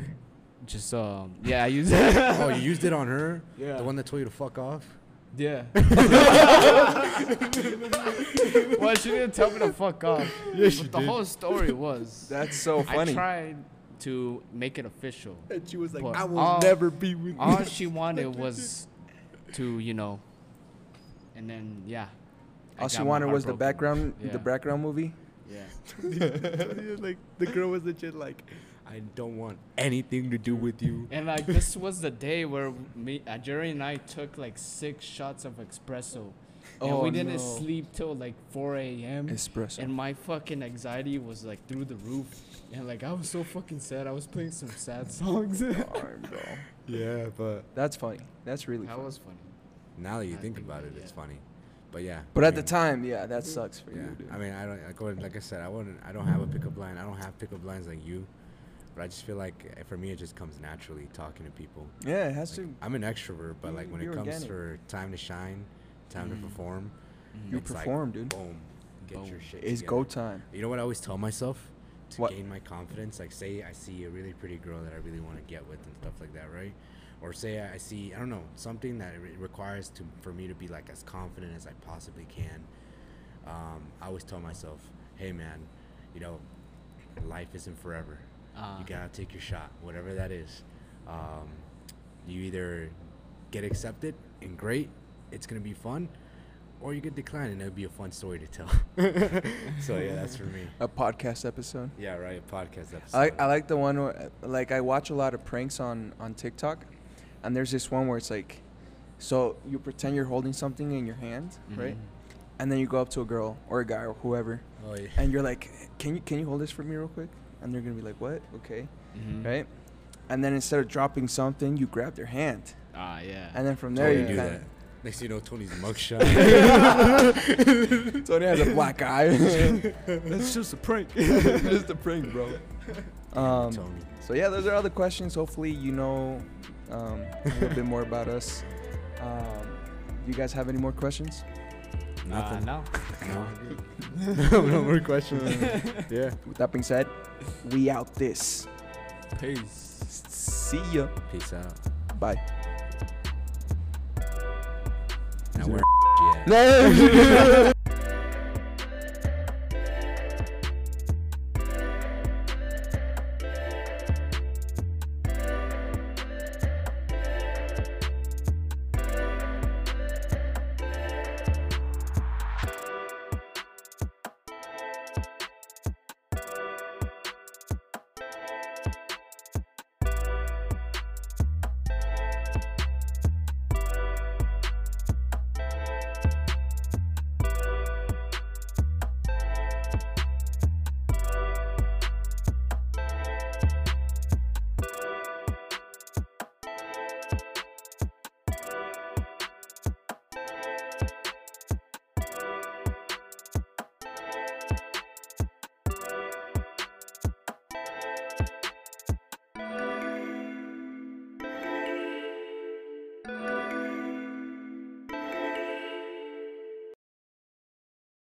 C: Just um. Yeah, I used it.
A: Oh, you used it on her.
C: Yeah.
A: The one that told you to fuck off.
C: Yeah. well, she didn't tell me to fuck off. but the whole story was
B: That's so
C: I
B: funny.
C: tried to make it official.
A: And she was
C: like, But "I will all- never be All she wanted was to, you know, and then yeah. I
B: All she
C: got my
B: wanted was the
C: heart broken.
B: background,
C: Yeah.
B: the background movie.
C: Yeah.
A: like the girl was legit like, I don't want anything to do with you.
C: And like this was the day where me, uh, Jerry and I took like six shots of espresso, and
B: Oh,
C: we didn't
B: no.
C: sleep till like 4 a.m.
B: Espresso.
C: And my fucking anxiety was like through the roof. And like I was so fucking sad. I was playing some sad songs. that
B: Darn, bro.
A: Yeah, but
B: That's funny. That's really funny.
C: was funny.
A: now that you
C: I
A: think
C: think
A: about
C: that,
A: it, it's
C: yeah.
A: funny. But yeah.
B: But
A: I
B: at the
A: mean,
B: time, yeah, that sucks for
A: Yeah.
B: you, dude.
A: I mean, I don't like, what- like I said, I wouldn't. I don't have a pickup line. I don't have pickup lines like you. But I just feel like eh, for me, it just comes naturally talking to people.
B: yeah, it has
A: Like,
B: to.
A: I'm an extrovert, but like when
B: You're
A: it comes
B: organic.
A: for time to shine, time to perform,
B: You
A: it's like,
B: perform, dude.
A: Mm. boom, get
C: Boom.
A: your shit.
B: It's
A: together.
B: go time.
A: You know what I always tell myself to
B: What?
A: gain my confidence? Like, say I see a really pretty girl that I really want to get with and stuff like that, right? Or say I I see, I don't know, something that it re- requires to for me to be like as confident as I possibly can. Um, I always tell myself, hey man, you know, life isn't forever.
C: Uh,
A: You gotta take your shot, whatever that is. Um, you either get accepted and great, it's gonna be fun, or you get declined and it'll be a fun story to tell. so yeah, that's for me.
B: A podcast episode.
A: Yeah, right. A podcast episode.
B: Uh, I like, I like the one where, like I watch a lot of pranks on on TikTok, and there's this one where it's like, so you pretend you're holding something in your hand,
A: Mm-hmm.
B: right? And then you go up to a girl or a guy or whoever,
A: oh, yeah.
B: and you're like, can you can you hold this for me real quick? And they're gonna be like, what? Okay,
A: Mm-hmm.
B: right? And then instead of dropping something, you grab their hand,
C: Ah, yeah.
B: and then from there
A: Tony
B: you
A: do
B: kinda-
A: that. Next thing you know, Tony's mugshot.
B: Tony has a black eye. That's just a prank. just a prank, bro. Um,
A: Tony.
B: so yeah, those are all the questions. Hopefully, you know um, a little bit more about us. Um, you guys have any more questions?
C: Uh,
A: Nothing.
C: no.
A: no. no. more questions. yeah.
B: With that being said, we out this.
C: Peace.
B: See ya.
A: Peace out.
B: Bye.
A: Now where? Yeah.